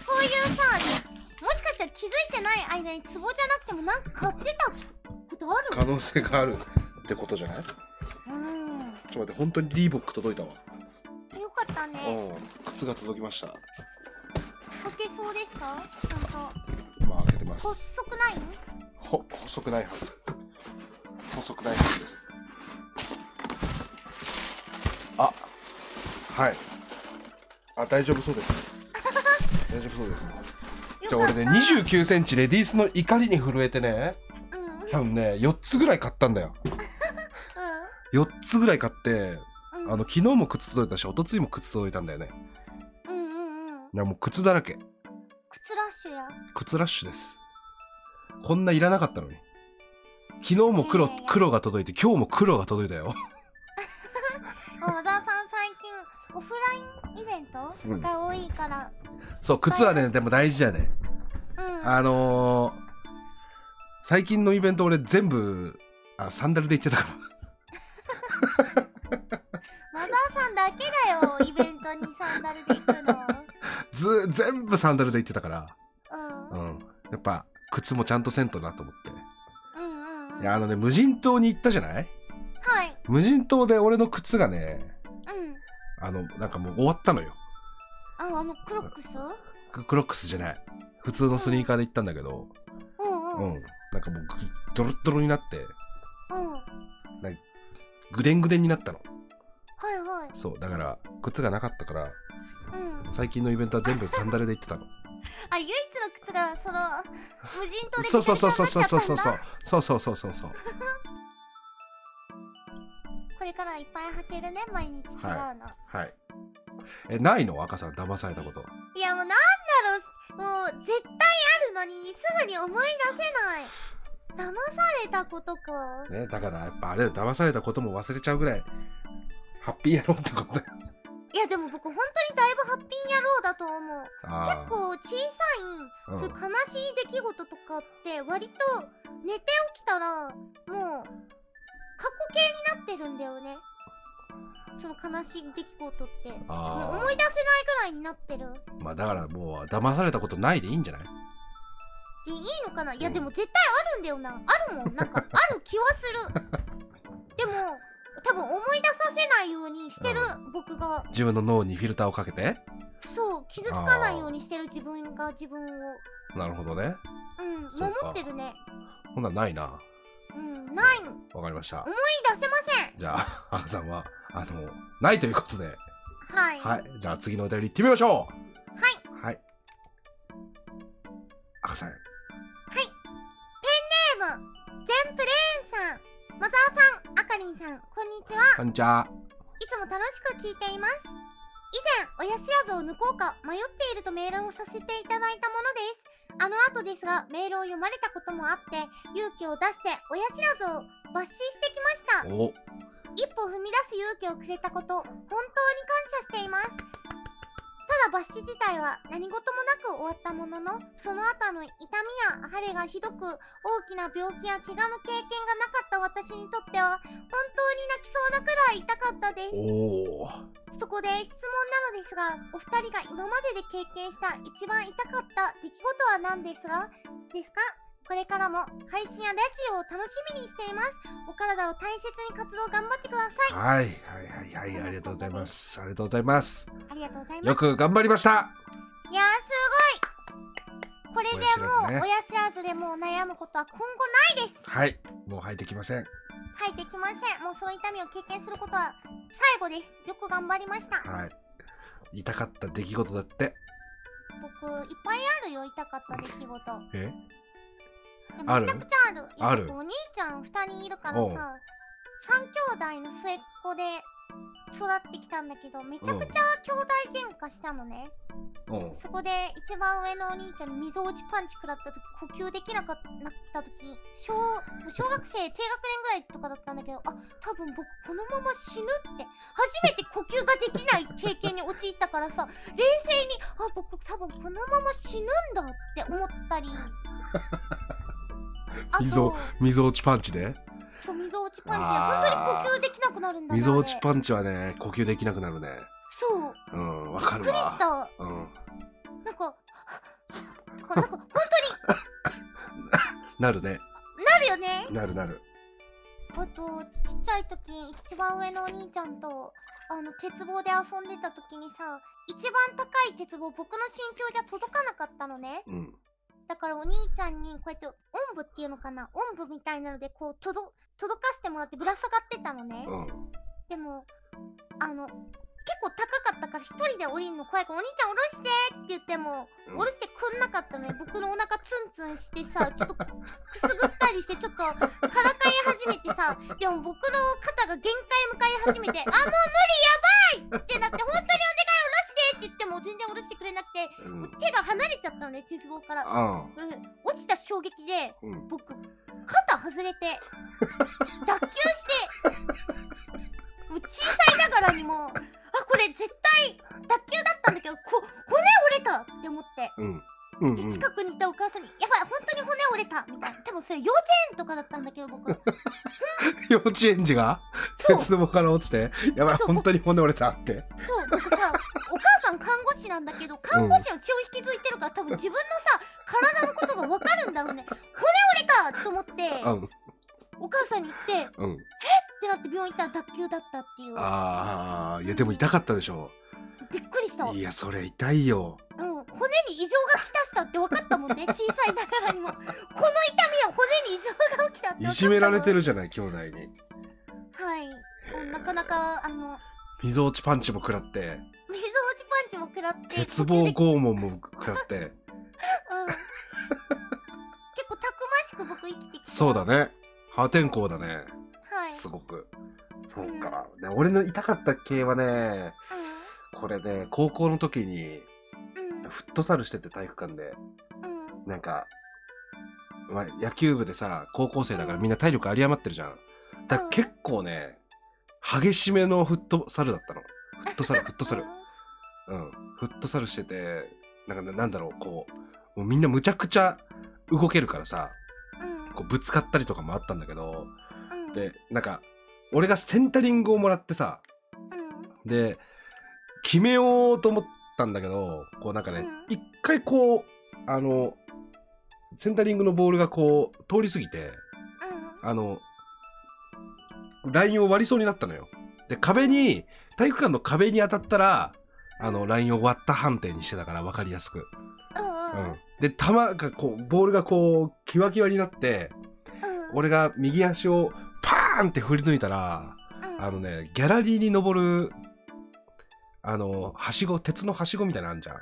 そういうさもしかしたら気づいてない間にツボじゃなくてもなんか買ってたことある
可能性があるってことじゃないちょ
う
っ
ん
と待って本当にリーボック届いたわ
よかったね
うん靴が届きました
かけそうですかちゃんと
今開けてます
細くない
ほ細くないはず細くないはずですあはいあ大丈夫そうです大丈夫そうですじゃあ俺ね
よかった
2 9センチレディースの怒りに震えてね
うんうん
多分ね4つぐらい買ったんだよ4つぐらい買って
うん
あの昨日も靴届いたし一昨日も靴届いたんだよね
うんうんうん
いやもう靴だらけ
靴ラッシュや
靴ラッシュですこんないらなかったのに昨日も黒
いやいやいや
黒が届いて今日も黒が届いたよ
あ小沢さん最近オフラインイベン
うん
トが多いから、
そう靴はねでも大事だよね
うん、
あのー、最近のイベント俺全部あサンダルで行ってたから
マザーさんだけ だよイベントにサンダルで行くの、
ずー全部サンダルで行ってたから
う、
うんんやっぱ靴もちゃんとせんとなと思っ
うんうんう
て
ん
いやあのね無人島に行ったじゃない
はい
無人島で俺の靴がね
うん
あのなんかもう終わったのよ
ああのクロックス
ククロックスじゃない普通のスニーカーで行ったんだけど
うん
う
うん
んなんかもうぐドロッドロになって
うんはい
ぐでんぐでんになったの
はい
そうだから靴がなかったから
うん
最近のイベントは全部サンダルで行ってたの
あ唯一の靴がその無人島で
そうそうそうそうそうそうそう
ぐちゃぐちゃになっちゃったんだ
そうそうそうそうそう
これからいっぱい履けるね毎日違うの、
ははいえないの赤さん騙されたこと
い、やもうなんだろうもう絶対あるのにすぐに思い出せない騙されたことか
ねだからやっぱあれ騙されたことも忘れちゃうぐらいハッピーやろうってことだよ
いやでも僕本当にだいぶハッピー野郎だと思う
あ
結構小
うん
さい、そういう悲しい出来事とかって割と寝て起きたらもう過去形になってるんだよねその悲しい出来事っても
あ
う
あ
思い出せないぐらいになってる
ーまあだからもう騙されたことないでいいんじゃない
でいいのかないや
うん
でも絶対あるんだよなあるもんなんかある気はす るでも多分思い出させないようにしてる僕が
自分の脳にフィルターをかけて
そう傷つかないようにしてる自分が自分を
なるほどね
うん
そう
守
か
ってるね
ほんなんないな
うんない思い
わかりました
出せません
じゃあ赤さんはあのないということで
はい。
はいじゃあ次のお便り行ってみましょうはいはい赤さん
ゲーム、全プレーンさん、マザーさん、あかりんさん、こんにちは。
こんにちはい
つも楽しく聞いています。以前親知らずを抜こうか迷っているとメールをさせていただいたものですあの後ですがメールを読まれたこともあって勇気を出して親知らずを抜歯してきました
お
一歩踏み出す勇気をくれたこと本当に感謝していますただ抜歯自体は何事もなく終わったもののその後の痛みや腫れがひどく大きな病気や怪我の経験がなかった私にとっては本当に泣きそうなくらい痛かったです
おー
そこで質問なのですが、お二人が今までで経験した一番痛かった出来事は何ですがですかこれからも配信やラジオを楽しみにしています。お体を大切に活動頑張ってください。
はいはいはいはいありがとうございますありがとうございます
ありがとうございます。
よく頑張りました
いやー、すごいこれで
親知らずね
もう親知らずでもう悩むことは今後ないです。
はいもう生えてきません
はい、できません。もうその痛みを経験することは最後です。よく頑張りました。
はい痛かった出来事だって
僕、いっぱいあるよ、痛かった出来事。
え
めち
あ
ゃ
る
くちゃある。いや
ある
お兄ちゃん2人いるから
おう
さ、3兄弟の末っ子で育ってきたんだけど、めちゃくちゃ兄弟喧嘩したのね。
うん
そこで一番上のお兄ちゃんに溝落ちパンチ食らった時、呼吸できなかった時、小小学生低学年ぐらいとかだったんだけど、あ、多分僕このまま死ぬって、初めて呼吸ができない経験に陥ったからさ、冷静に、あ、僕多分このまま死ぬんだって思った り。あと
溝溝落ちパンチね
そう、溝落ちパンチ
あー
本当に呼吸できなくなるんだね
溝落ち
ン
パンチはね呼吸できなくなるね
そう、
うんわか
びっ
る
くり
わ
した。なんか、
うん
とか、なんか、本当
なるね
になるよね。
なるなる
あと、ちっちゃい時、一番上のお兄ちゃんと、あの、鉄棒で遊んでた時にさ、一番高い鉄棒、僕の身長じゃ届かなかったのね。
うん
だからお兄ちゃんに、こうやって、おんぶっていうのかな、おんぶみたいなので、こう、とど、届かせてもらってぶら下がってたのね。
うん
でもあの結構高かったから一人で降りるの怖いから「お兄ちゃん降ろして」って言っても
うん
降ろしてくんなかったのよ僕のお腹ツンツンしてさ ちょっとくすぐったりしてちょっとからかい始めてさでも僕の肩が限界迎え始めて「あもう無理やばい!」ってなって「本当にお願い降ろして!」って言っても全然降ろしてくれなくて
うん
手が離れちゃったのね鉄棒から、
あ
うん落ちた衝撃で
うんうん
僕肩外れて脱臼してもう小さいながらにもあこれ絶対脱臼だったんだけどこ骨折れたって思って
うんうん
で
うん
近くにいたお母さんに「やばい本当に骨折れた」みたいな多分それ幼稚園とかだったんだけど 僕
幼稚園児が
そう
鉄棒から落ちてやばい
そう
本当に骨折れたって
そう僕さお母さん看護師なんだけど看護師の血を引き継いでるから多分自分のさ体のことが分かるんだろうね骨折れたと思って
うん
お母さんに言ってっ
うん
てなって病院行ったら脱臼だったっていう
あーいやでも痛かったでしょ
びっくりした
いやそれ痛いよ
うん、骨に異常がきたしたって分かったも んね小さいながらにもこの痛みは骨に異常が起きたって分かったもん
いじめられてるじゃない兄弟に
はいなかなかあの
溝落ちパンチも食らって
水落ちパンチも食らって
鉄
呼
棒
吸で
拷問も食らって
うん結構たくましく僕生きてきた
そうだね破天荒だね
はい、
すごくそ
ん
うか、で俺の痛かった系はねこれね高校の時
う
に
ん
フットサルしてて体育館で
うんうん
なんか、まあ、野球部でさ高校生だからみんな体力有り余ってるじゃんだから結構ね激しめのフットサルだったのフットサルフットサルうん、フットサルしててなんかななんだろうこうもうみんなむちゃくちゃ動けるからさ
うん
こうぶつかったりとかもあったんだけど
うん
でなんか俺がセンタリングをもらってさ
うん
で決めようと思ったんだけどこうなんかね
うん
一、回こうあのセンタリングのボールがこう通り過ぎてあのラインを割りそうになったのよ。で壁に体育館の壁に当たったらあのラインを割った判定にしてたから分かりやすく。
うんうんうん
で球がこうボールがこうキワキワになって
うん
俺が右足をパーンって振り抜いたら
うん
あのねギャラリーに登るあのはしご鉄のはしごみたいなのあんじゃん、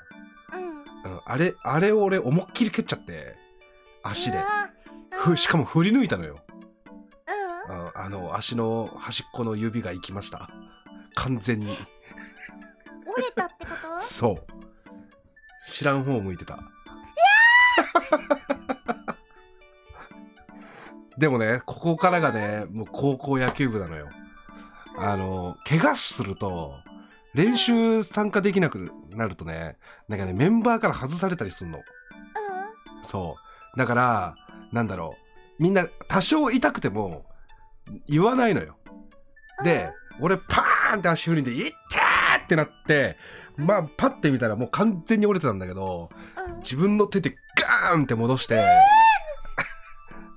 うん
うん、あれあれを俺思いっきり蹴っちゃって足で
うわう
ふ
ん
しかも振り抜いたのよ、
うん
うん、あの足の端っこの指が行きました完全に
親れたってこと
そう知らん方を向いてた でもねここからがねもう高校野球部なのよあの怪我すると練習参加できなくなるとねなんかねメンバーから外されたりすんの
う
そうだからなんだろうみんな多少痛くても言わないのよ
ん
で、俺パーンって足振りで「いったー!」ってなってまあパッて見たらもう完全に折れてたんだけど
うんうん
自分の手でガーンって戻して、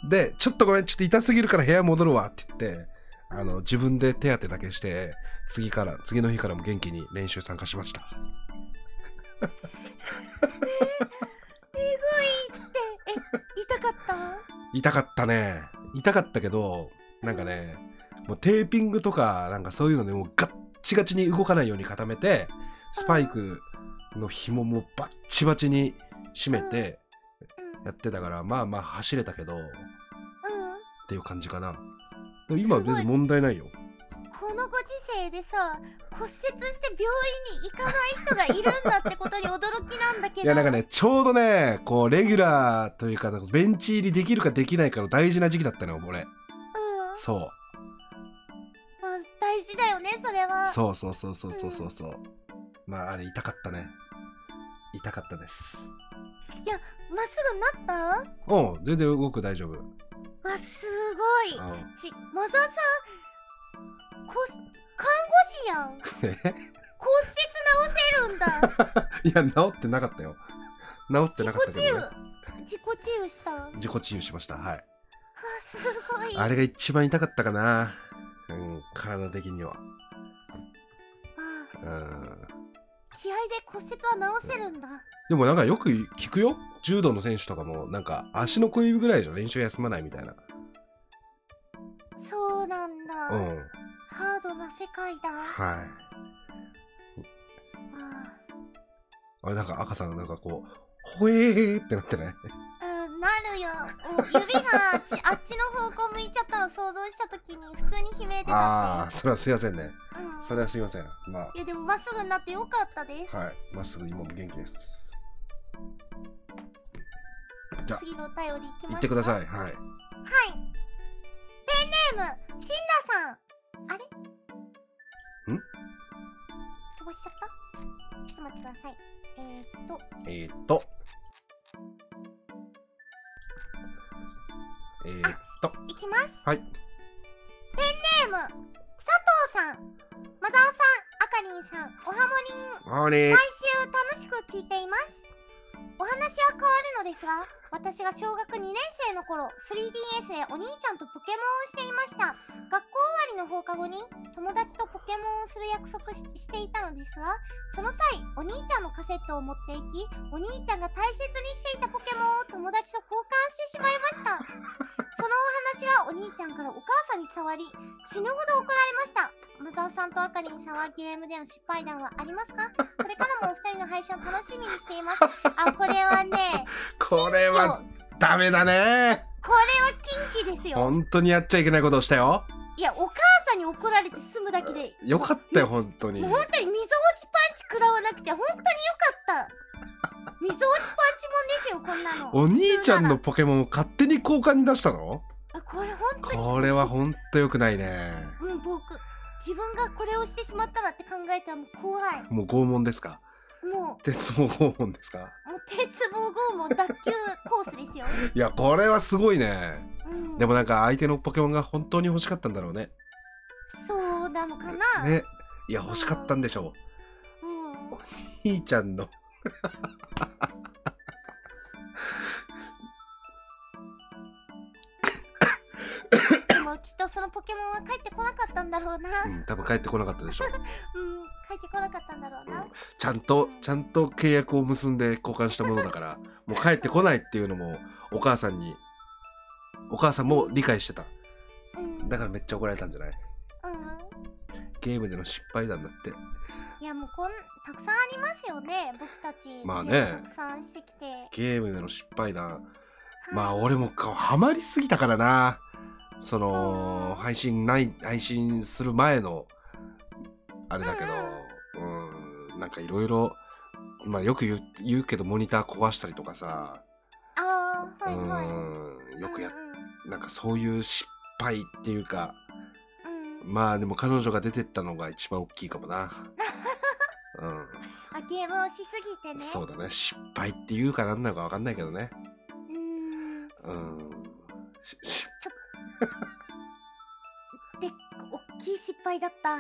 で「ちょっとごめんちょっと痛すぎるから部屋戻るわ」って言ってあの自分で手当てだけして次から次の日からも元気に練習参加しました
ええ痛かった
痛かったね痛かったけどなんかねもうテーピングとかなんかそういうのでもうガッチガチに動かないように固めてスパイクの紐もバッチバチに締めてやってたからまあまあ走れたけどっ
うんうん
ていう感じかなでも今は
すごい
全然問題ないよ
このご時世でさ骨折して病院に行かない人がいるんだってことに驚きなんだけど
いやなんかねちょうどねこうレギュラーというかなんかベンチ入りできるかできないかの大事な時期だったのよ俺
うん
そう
まあ、大事だよねそれは
そうそうそうそうそうそうそうまああれ痛かったね痛かったです
まっすぐなっ
うん、全然動く大丈夫。
たわすごい
うん
ちマザーさんこ看護師や ん骨折治せるんだ
いや、治ってなかったよ。治って
自
な
己
かった
治
けど、ね。
癒自己治癒したわわ
自己治癒しました。はい。
すごい
あれが一番痛かったかな。うん、体的には。
あ
うん。
気合で骨折は治せるんだ
でもなんかよく聞くよ。柔道の選手とかも、なんか足の小指ぐらいじゃ練習休まないみたいな。
そうなんだ、
うん。
ハードな世界だ、
はい。
まあ
あれなんか赤さんなんかこう、ほえーってなってね。
うん、なるよ。お指がちあっちの方向向いちゃったの想像したときに普通に悲鳴出た
あ
っ
あ、それはすいませんね。
て。うん、
それはすいません。まあ
い、やでもまっすぐになってよかったです。
はい。まっすぐ今も元気です。じゃあ
次のお便りいきます
行ってください。はい。
はい。ペンネーム、シンナさん。あれ
ん
飛ばしちゃったちょっと待ってください。えー、っと、
えー、っと。えー、っと。
いきます。
はい。
ペンネーム、佐藤さん。マザーさん、あかりんさん、おはもにん。
あれ
毎週楽しく聞いていますお話は変わるのですが私が小学2年生の頃 3DS でお兄ちゃんとポケモンをしていました学校終わりの放課後に友達とポケモンをする約束ししていたのですがその際お兄ちゃんのカセットを持っていきお兄ちゃんが大切にしていたポケモンを友達と交換してしまいましたそのお話がお兄ちゃんからお母さんに触り死ぬほど怒られましたマザーさんとあかりんさんはゲームでの失敗談はありますかこれからもお二人の配信を楽しみにしていますあこれはね
これは
今日
ダメだね。
これは近畿ですよ
本当にやっちゃいけないことをしたよ。
いやお母さんに怒られて済むだけで
よかったよ、本当に。
もう本当に溝落ちパンチ食らわなくて本当によかった溝落ちパンチもんですよこんなの
お兄ちゃんのポケモンを勝手に交換に出したの
あこれ本当に
これは本当良くないね。
うん僕自分がこれをしてしまったらって考えたらもう怖い
もう拷問ですか
も
鉄棒拷問ですか
うもう鉄棒拷問脱臼コースですよ、
いや、これはすごいね。
うん、
でもなんか相手のポケモンが本当に欲しかったんだろうね。
そうなのかな、
ね。いや、欲しかったんでしょう。
うん
ひーちゃんの
でもきっとそのポケモンは帰ってこなかったんだろうな
う。ん多分帰ってこなかったでしょう、
うん、帰ってこなかったんだろう
う
な。
んちゃんとちゃんと契約を結んで交換したものだからもう帰ってこないっていうのもお母さんにお母さんも理解してた
うん、うん
だ、からめっちゃ怒られたんじゃないゲームでの失敗談だって
いやもうこんたくさんありますよね、僕たち。
まあね
ゲームたくさんしてきて。
ゲームでの失敗談まあ
はい
俺もこうハマりすぎたからなその配信ない配信する前のあれだけどうんなんかいろいろ、まあよく言う言うけどモニター壊したりとかさ、
ああはいはいううん
ーんよくやっ
うん
なんかそういう失敗っていうか、
うん
まあでも彼女が出てったのが一番大きいかもな。う
あゲームをしすぎて
ん、
ね
そうだね。失敗っていうかなんなのかわかんないけどね。
うん
うん。しし
で大きい失敗だった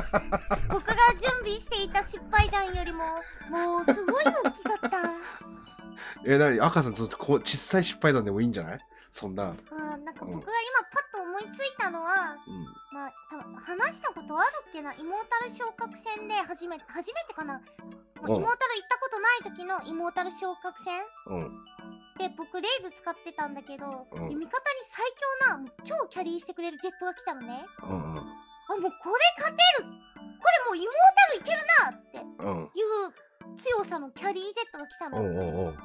僕が準備していた失敗談よりももうすごい大きかった
え、なに赤さん、ちょっとこう、小さい失敗談でもいいんじゃないそんな。
うん、なんか
うん
僕が今パッと思いついたのは、
うん。
まあ多分話したことあるっけなイモータル昇格戦で初めて初めてかな、まあ
うん
イモータル行ったことない時のイモータル昇格戦
うん。
で僕レイズ使ってたんだけど、
うん
で味方に最強なもう超キャリーしてくれるジェットが来たのね
うん。うん
あもうこれ勝てるこれもうイモータルいけるなってい
うん。
う強さのキャリージェットが来た
おう
のでも
おう おう。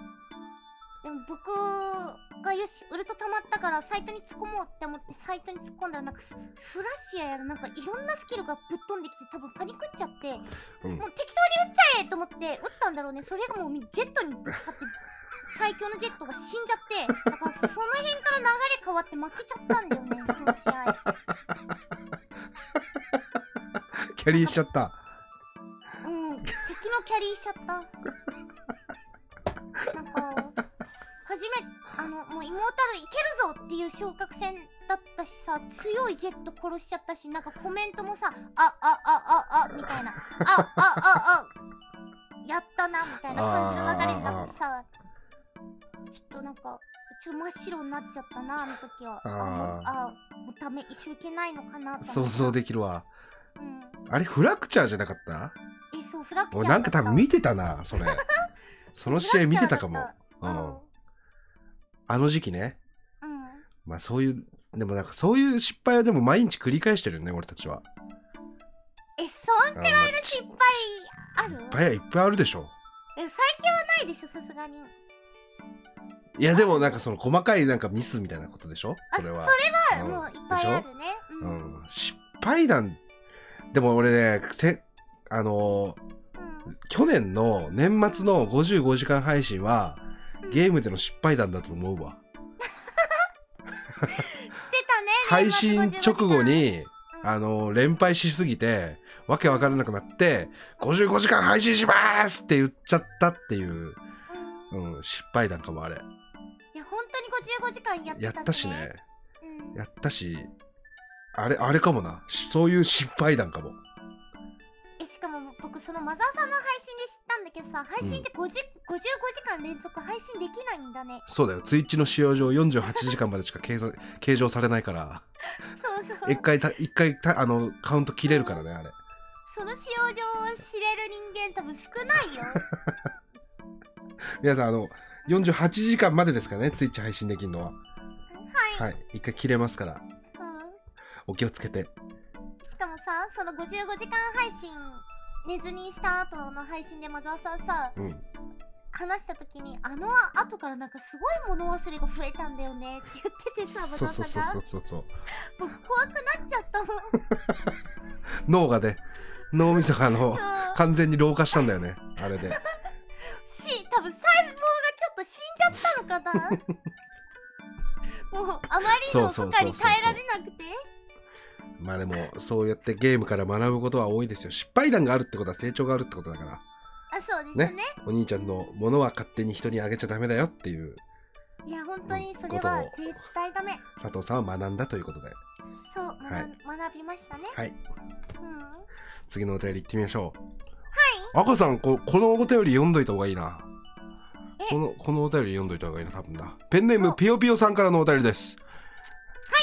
僕がよしウルト溜まったからサイトに突っ込もうって思ってサイトに突っ込んだらなんかスフラッシュやらなんかいろんなスキルがぶっ飛んできて多分パニックっちゃって、
うん
もう適当に打っちゃえと思って打ったんだろうねそれがもうジェットにぶつかって最強のジェットが死んじゃってだからその辺から流れ変わって負けちゃったんだよねその試合。
キャリーしちゃった。
うん、敵のキャリーしちゃった。 なんか、初め、あの、もうイモータルいけるぞっていう昇格戦だったしさ、強いジェット殺しちゃったし、なんかコメントもさ、あ、あ、あ、あ、あ、みたいな、あ、あ、あ、あ、やったな、みたいな感じの流れになってさ、ちょっとなんか、ちょっと真っ白になっちゃったな、あの時は。あ、もう、あ、もうダメ、一生いけないのかなと
想
思った
像できるわ。
うん。
あれ、フラクチャーじゃなかった
え、そう、フラクチャー
俺なんか多
だった
分見てたな、それ。その試合見てたかも。
う
うんん。あの時期ね。まあそういう、でもなんかそういう失敗はでも毎日繰り返してるよね、俺たちは。
えそん
くらいの
失敗ある
失敗はいっぱいあるでしょ。
え最近はないでしょさすがに
いやでもなんかその細かいなんかミスみたいなことでしょ
あ
それは。
それは
うん
もういっぱいあるねう
うん
うん
ん、失敗談でも俺ねせあのー去年の年末の55時間配信は
うん
ゲームでの失敗談だと思うわ、
してたね
配信直後に
うん
あのー連敗しすぎてわけわからなくなって55時間配信しますって言っちゃったっていう、
うん
うん、失敗談かもあれ
いや本当に55時間やって
や
たしね
ったしね
うん
やったしあれあれかもなしそういう失敗談かも
えしかも僕そのマザーさんの配信で知ったんだけどさ配信って50 55時間連続配信できないんだね
そうだよツイッチの使用上48時間までしか計算計上されない から
そうそう
一回た一回たあのカウント切れるからねあれ
その使用上を知れる人間多分少 ないよ
皆さんあの48時間までですかねツイッチ配信できるのは
はい
はい一回切れますから
うん
お気をつけて
しかもさその55時間配信寝ずにした後の配信でマザーさんさ
うん
話した時にあの後からなんかすごい物忘れが増えたんだよねって言っててさマ
そ
ザ
うそう
ー
そう
さん
そ
が
うそうそう
僕怖くなっちゃったもん
脳がね脳みそがあの
そう
完全に老化したんだよねあれで
し多分細胞がちょっと死んじゃったの かなもうあまりの負荷に耐えられなくて
まあでもそうやってゲームから学ぶことは多いですよ失敗談があるってことは成長があるってことだから
あそうですね
お兄ちゃんのものは勝手に人にあげちゃダメだよっていう
いや本当にそれは絶対ダメ
佐藤さんは学んだということで
そう学,、
はい
学びましたね
はい
うんは
次のお便り行ってみましょう赤さんここのお便り読んどいた方がいいな
え
このこのお便り読んどいた方がいいな多分なペンネー
お
ムぴよぴよさんからのお便りですは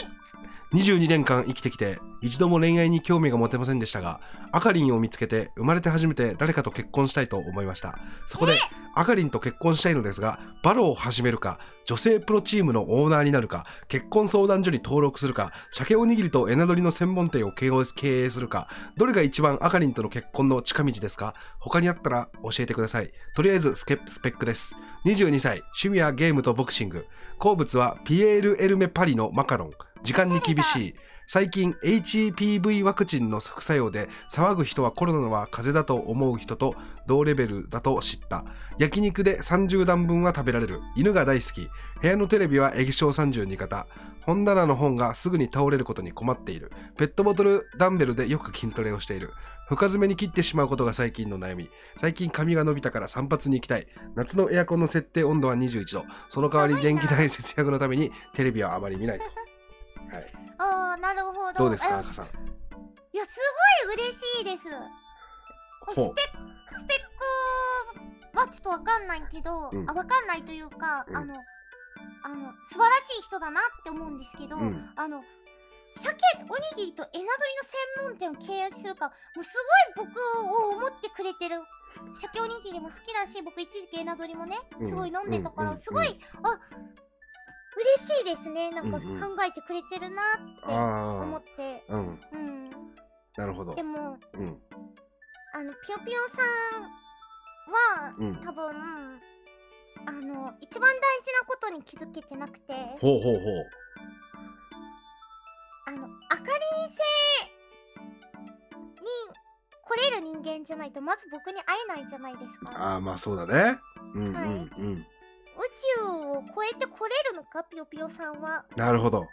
い22年間生きてきて一度も恋愛に興味が持てませんでしたがあかりんを見つけて生まれて初めて誰かと結婚したいと思いましたそこであかりんと結婚したいのですがバロを始めるか女性プロチームのオーナーになるか結婚相談所に登録するか鮭おにぎりとエナドリの専門店を経営経営するかどれが一番あかりんとの結婚の近道ですか他にあったら教えてください。とりあえずスケスペックです。22歳、趣味はゲームとボクシング。好物はピエール・エルメ・パリのマカロン。時間に厳しい。好最近 HPV ワクチンの副作用で騒ぐ人はコロナは風邪だと思う人と同レベルだと知った焼肉で30段分は食べられる犬が大好き部屋のテレビは液晶32型本棚の本がすぐに倒れることに困っているペットボトルダンベルでよく筋トレをしている深爪に切ってしまうことが最近の悩み最近髪が伸びたから散髪に行きたい夏のエアコンの設定温度は21度その代わり電気代節約のためにテレビはあまり見ないと、はい、
ああなるほど
どうです
あ
か
いや
赤さん
いやすごい嬉しいですスペ
ほう
スペックはちょっとわかんないけど、
うん
あわかんないというか、
うん
あのあの素晴らしい人だなって思うんですけど、
うん
あの鮭おにぎりとエナドリの専門店を契約するかもうすごい僕を思ってくれてる鮭おにぎりも好きだし僕一時期エナドリもね
うん
すごい飲んでたか
うん
らすごい、
うん
あ嬉しいですねなんか考
うんうん
えてくれてるなって思
あ
って、
あうん
うん、
なるほど
でも
うん
あのぴよぴよさんは、
うん
多分あの一番大事なことに気づけてなくてあ
ほうほうほう
の明かり性に来れる人間じゃないとまず僕に会えないじゃないですか
ああまあそうだねうんうんうん、
宇宙を超えて来れるのかぴよぴよさんは
なるほど
は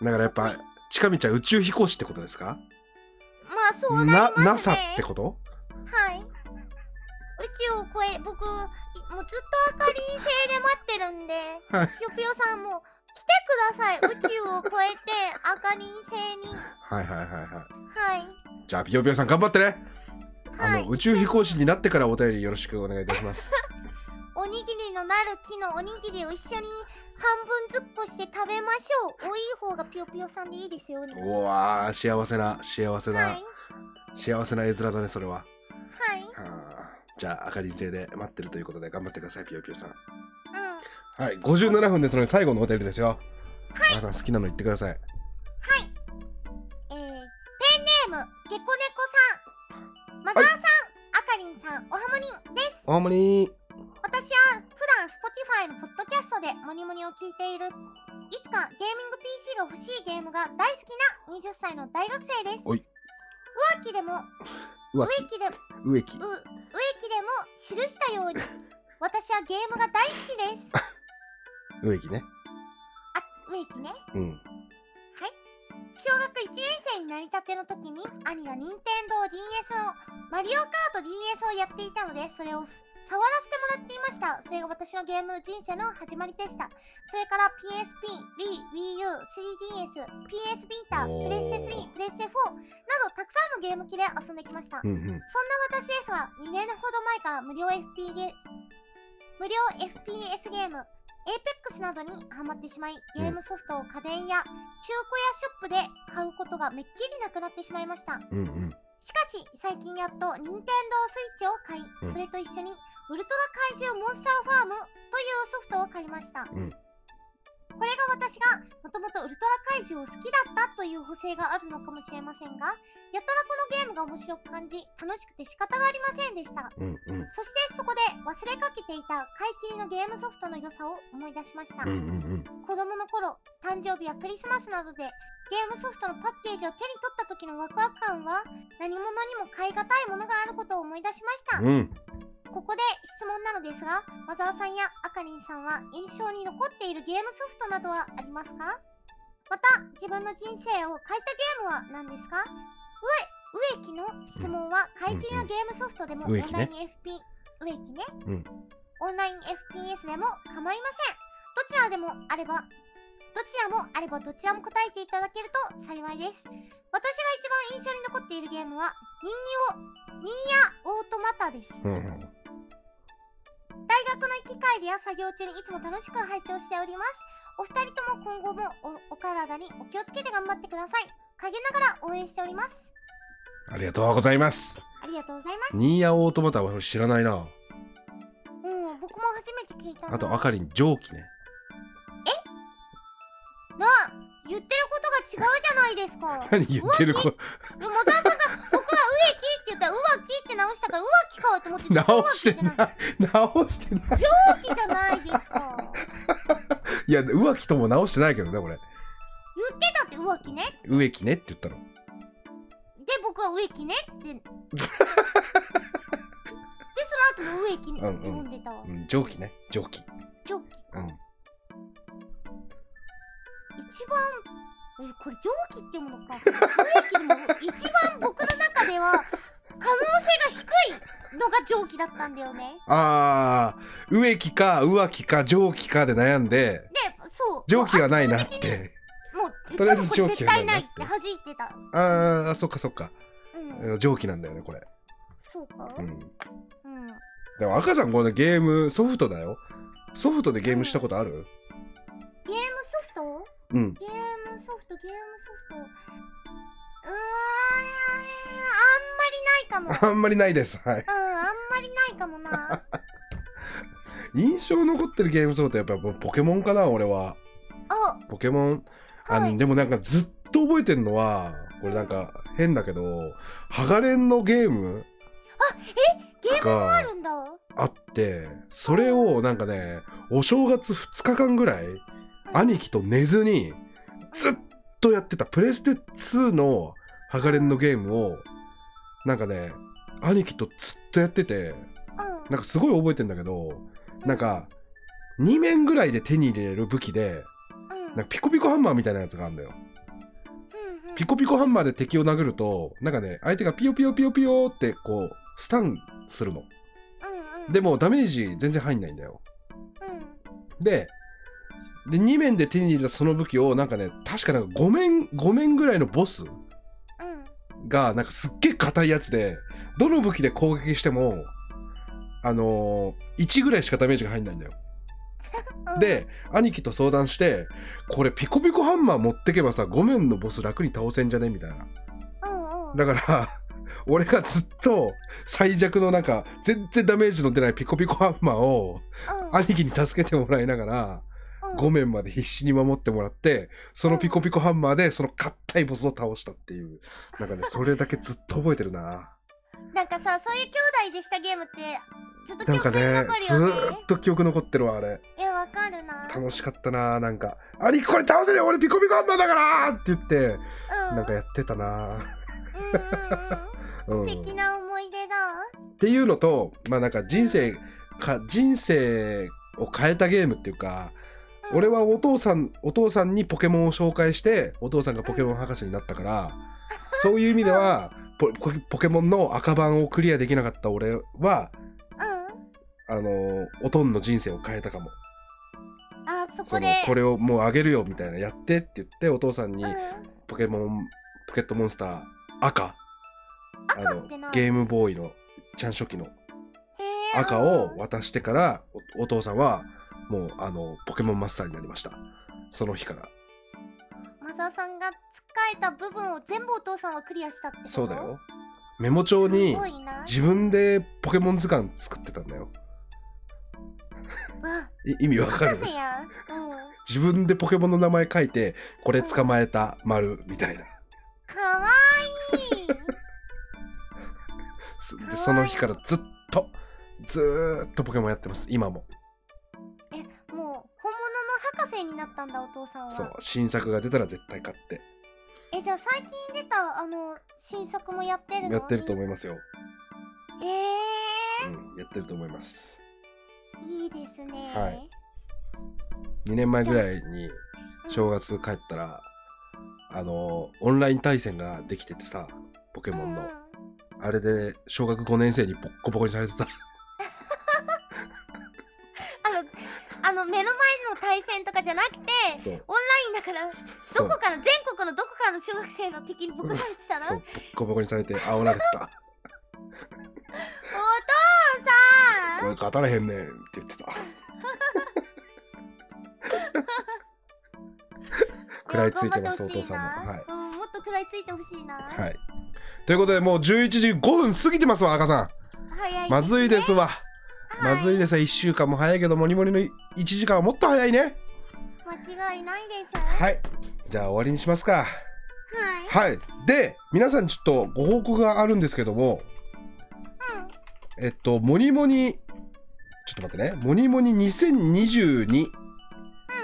い
だからやっぱ近道は宇宙飛行士ってことですか
まあそうなりますね
NASA ってこと
はい宇宙を超え僕いもうずっと明かり星で待ってるんで、
はい
ぴよぴよさんも来てください宇宙を超えて明かり星に
はいはいはいはい
はい
じゃあピヨピヨさん頑張ってね、
はい
あの宇宙飛行士になってからお便りよろしくお願いいたします
おにぎりのなる木のおにぎりを一緒に半分ずっこして食べましょう多い方がぴよぴよさんでいいですよね
うわー幸せな幸せな、
はい
幸せな絵面だねそれは
はいうん
あーじゃああかりん星で待ってるということで頑張ってくださいピヨピヨさん
は
はい57分ですので最後のお便りですよはい皆さん好きなの言ってください
いえー、ペンネームゲコネコさんマザーさん、あかりんさんおはもにんです
大盛り
私は普段 Spotify のポッドキャストでモニモニを聞いているいつかゲーミング PC が欲しいゲームが大好きな20歳の大学生です
おい
浮気でも
うわ
植木でも
植木
う植木でも記したよう に私はゲームが大好きですあ
植木ね
植木ね
うん
小学1年生になりたての時に兄が任天堂 d s をマリオカート DS をやっていたのでそれを触らせてもらっていましたそれが私のゲーム人生の始まりでしたそれから PSP、Wii、WiiU、3DS、PS ビータ、
お
プ
ー
レステ3、プレステ4などたくさんのゲーム機で遊んできました
うんうん
そんな私ですが、2年ほど前から無料 FP ゲ無料 FPS ゲーム、Apex などにハマってしまい、ゲームソフトを家電や中古屋ショップで買うことがめっきりなくなってしまいました。
うんうん
しかし、最近やっと Nintendo Switch を買い、
うん
それと一緒にウルトラ怪獣モンスターファームというソフトを買いました。
うん
これが私がもともとウルトラ怪獣を好きだったという補正があるのかもしれませんが、やたらこのゲームが面白く感じ、楽しくて仕方がありませんでした。
うんうん
そしてそこで忘れかけていた買い切りのゲームソフトの良さを思い出しました。
うんうんうん
子供の頃誕生日やクリスマスなどでゲームソフトのパッケージを手に取った時のワクワク感は何物にも買い難いものがあることを思い出しました、
うん
ここで質問なのですがマザーさんやあかりんさんは印象に残っているゲームソフトなどはありますかまた自分の人生を変えたゲームは何ですか植植木の質問は買い切りのゲームソフトでも
うん
オ
うん
ン
植
ライン
木ね
FP 植木ね、
うん
オンライン FPS でも構いませんどちらでもあればどちらもあればどちらも答えていただけると幸いです私が一番印象に残っているゲームはニーヨニーヤオートマタです
うんうん
大学の行き帰りや作業中にいつも楽しく拝聴しておりますお二人とも今後もおお体にお気をつけて頑張ってください陰ながら応援しております
ありがとうございます
ありがとうございます
ニーヤオートマタは俺知らない
う
な
ん僕も初めて聞いたな
あとあかりん蒸気ね
なあ言ってることが違うじゃないですか
何言ってる
浮気
子
でもザーさんが 僕は植木って言ったら浮気って直したから浮気かと思ってずっと
直して
浮気じゃ
な
浮気じゃな
い直してない
いですか
いや浮気とも直してないけどね俺
浮ってたって浮気ね
植木ねって言ったの
で僕は植木ねって でその後も植木ねって呼んでたわ、
うん蒸気ね蒸気
ジョッキ
うん
一番えこれ蒸気ってものか蒸気でも一番僕の中では可能性が低いのが蒸気だったんだよね
あー植木か浮気か蒸気かで悩んで
でそう
蒸気がないなっ
もう圧倒
て
的にもう
とりあえず
多分これ
蒸気
絶
がな
対
いな
な
っ
いってて弾いてた
あーそっかそっか
うん
うん蒸気なんだよねこれ
そうかう
う
ん
ん
うん
でも赤さんこれゲームソフトだよソフトでゲームしたことある
ゲームソフト
うん
ゲームソフトゲームソフトうーんあんまりないかも
あんまりないですはい
うんあんまりないかもな
印象残ってるゲームソフトやっぱポケモンかな俺は
あ
ポケモンあ
は
の
い
でもなんかずっと覚えてんのはこれなんか変だけどハガレンのゲーム
ゲームもあ
が
るんだ
あってそれをなんかねお正月2日間ぐらい兄貴と寝ずにずっとやってたプレステ2のハガレンのゲームをなんかね兄貴とずっとやってて
うん
なんかすごい覚えてんだけどなんか2面ぐらいで手に入れる武器で
うん
なんかピコピコハンマーみたいなやつがあるんだよ。
うんうん
ピコピコハンマーで敵を殴るとなんかね相手がピヨピヨピヨピヨってこうスタンするの
うんうん
でもダメージ全然入んないんだよ
うん
でで2面で手に入れたその武器をなんかね確かなんか5面5面ぐらいのボス
うん
がなんかすっげえ硬いやつでどの武器で攻撃してもあのー、1ぐらいしかダメージが入んないんだよ
うん
で兄貴と相談してこれピコピコハンマー持ってけばさ5面のボス楽に倒せんじゃねみたいな
うんうん
だから 俺がずっと最弱のなんか全然ダメージの出ないピコピコハンマーを
うん
兄貴に助けてもらいながら
うん
5面まで必死に守ってもらってそのピコピコハンマーでその硬いボスを倒したっていうなんかねそれだけずっと覚えてるな
なんかさそういう兄弟でしたゲームってずっと
なん
記
か
憶に
ね
残る
ず
よね
ーっと記憶残ってるわあれ
いやわかるな
楽しかったななんか「兄貴これ倒せるよ俺ピコピコハンマーだから!」って言って
うん
なんかやってたな
うんうんう
うんん
素敵な思い出だ
っていうのとまあなんか人生か人生を変えたゲームっていうか
うん
俺はお父さんお父さんにポケモンを紹介してお父さんがポケモン博士になったから、そういう意味ではポポポケモンの赤版をクリアできなかった俺は
う
あのーおとんの人生を変えたかも
んあそこ
その
で
これをもうあげるよみたいなやってって言ってお父さんに
うん
ポケモンポケットモンスター赤あ
赤
の
ってな
ゲームボーイのちゃん初期の
へー
赤を渡してからおお父さんはもうあのポケモンマスターになりましたその日から
マサさんが使えた部分を全部お父さんはクリアしたってこと
そうだよメモ帳に
すごいな
自分でポケモン図鑑作ってたんだよ
わ
い意味わかる
博士やうん
自分でポケモンの名前書いてこれ捕まえた丸みたいな
かわいいかわ
す
い
で
い
その日からずっとずーっとポケモンやってます今も
えもう本物の博士になったんだお父さんは
そう新作が出たら絶対買って
えじゃあ最近出たあの新作もやってるの
やってると思いますよ、
ええ
うん、やってると思います
ー、いいですね
はい2年前ぐらいに正月帰ったら、あのオンライン対戦ができててさポケ
うん
モンの、
うん
あれで小学5年生にボッコボコにされて た
あのあの目の前の対戦とかじゃなくて
そう
だから
そ
ど
う
こから全国のどこからの小学生の敵にボコされてた
そ
の
うボッコボコにされて煽られてた
お父さん
俺勝たれへんねんって言ってた食らいついてますお父さんも
も
はい、
うん、もっと食らいついてほしいな、
はいということでもう11時5分過ぎてますわ赤さ
早いね
んまずいですわ、
は
まずいですわ1週間も早いけどモリモリの1時間はもっと早いね
間違いないですはい、
はいじゃあ終わりにしますかはい。で、皆さんちょっとご報告があるんですけども、
うん
えっと、モニモニ、ちょっと待ってね、モニモニ2022。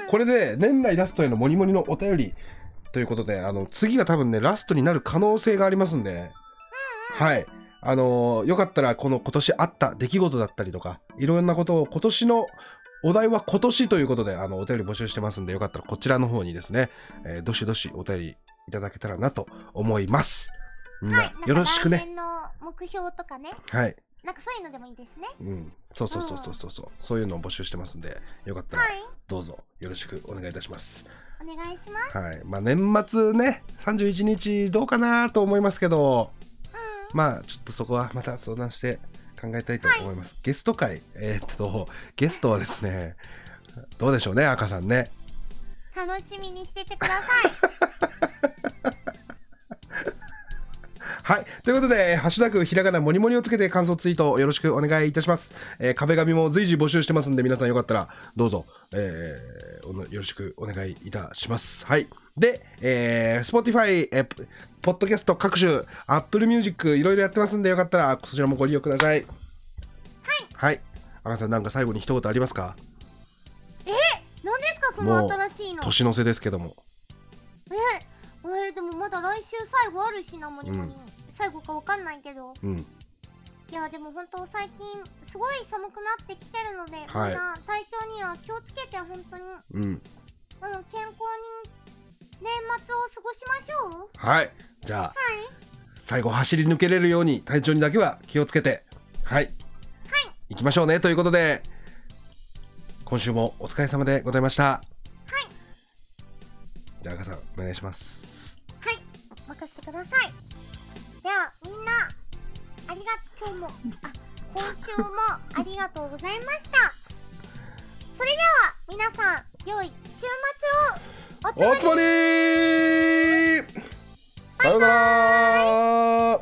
これで、年内ラストへのモニモニのお便り、ということで、あの、次が多分ね、ラストになる可能性がありますんで、はい。あのーよかったら、この今年あった出来事だったりとか、いろんなことを今年のお題は今年ということで、あの、お便り募集してますんで、よかったらこちらの方にですね、えーどしどしお便りいただけたらなと思います。みんな、
はい、
よろしくね。
なんか来年の目標とかね、
はい。
なんかそういうのでもいいですね。
うん。そうそうそうそうそうそう。そういうのを募集してますんで、よかったら
は
どうぞよろしくお願いいたします。
い、お願いします。
はい。まあ、年末ね、31日どうかなと思いますけど、
う
まあちょっとそこはまた相談して考えたいと思います、ゲスト会えーっとゲストはですねどうでしょうね赤さんね
ん、楽しみにしててくださ い。
はいということで「ハッシュタグひらがなもりもり」をつけて感想ツイートをよろしくお願いいたします、えー壁紙も随時募集してますんで皆さんよかったらどうぞ、えーおのよろしくお願いいたしますはいで、えー、Spotify、えーポポッドキャスト各種 Apple Music いろいろやってますんでよかったらそちらもご利用くださいはい、はい、赤さんなんか最後に一言ありますか
何ですかそ
も
の
う
新しいの。
年の瀬ですけども
ええーでもまだ来週最後あるしなモニモニ、
うん
最後かわかんないけど
うん
いやでも本当最近すごい寒くなってきてるので、
はい
みんな体調には気をつけて本当に、うん、
う
健
ん
康に年末を過ごしましょう
はいじゃあ
はい
最後走り抜けれるように体調にだけは気をつけてはい、行きましょうねということで今週もお疲れ様でございましたじゃあ赤さんお願いします
はい任せてくださいではみんなありがとうもあ今週もありがとうございましたそれでは皆さん良い週末をお
おつまりさようなら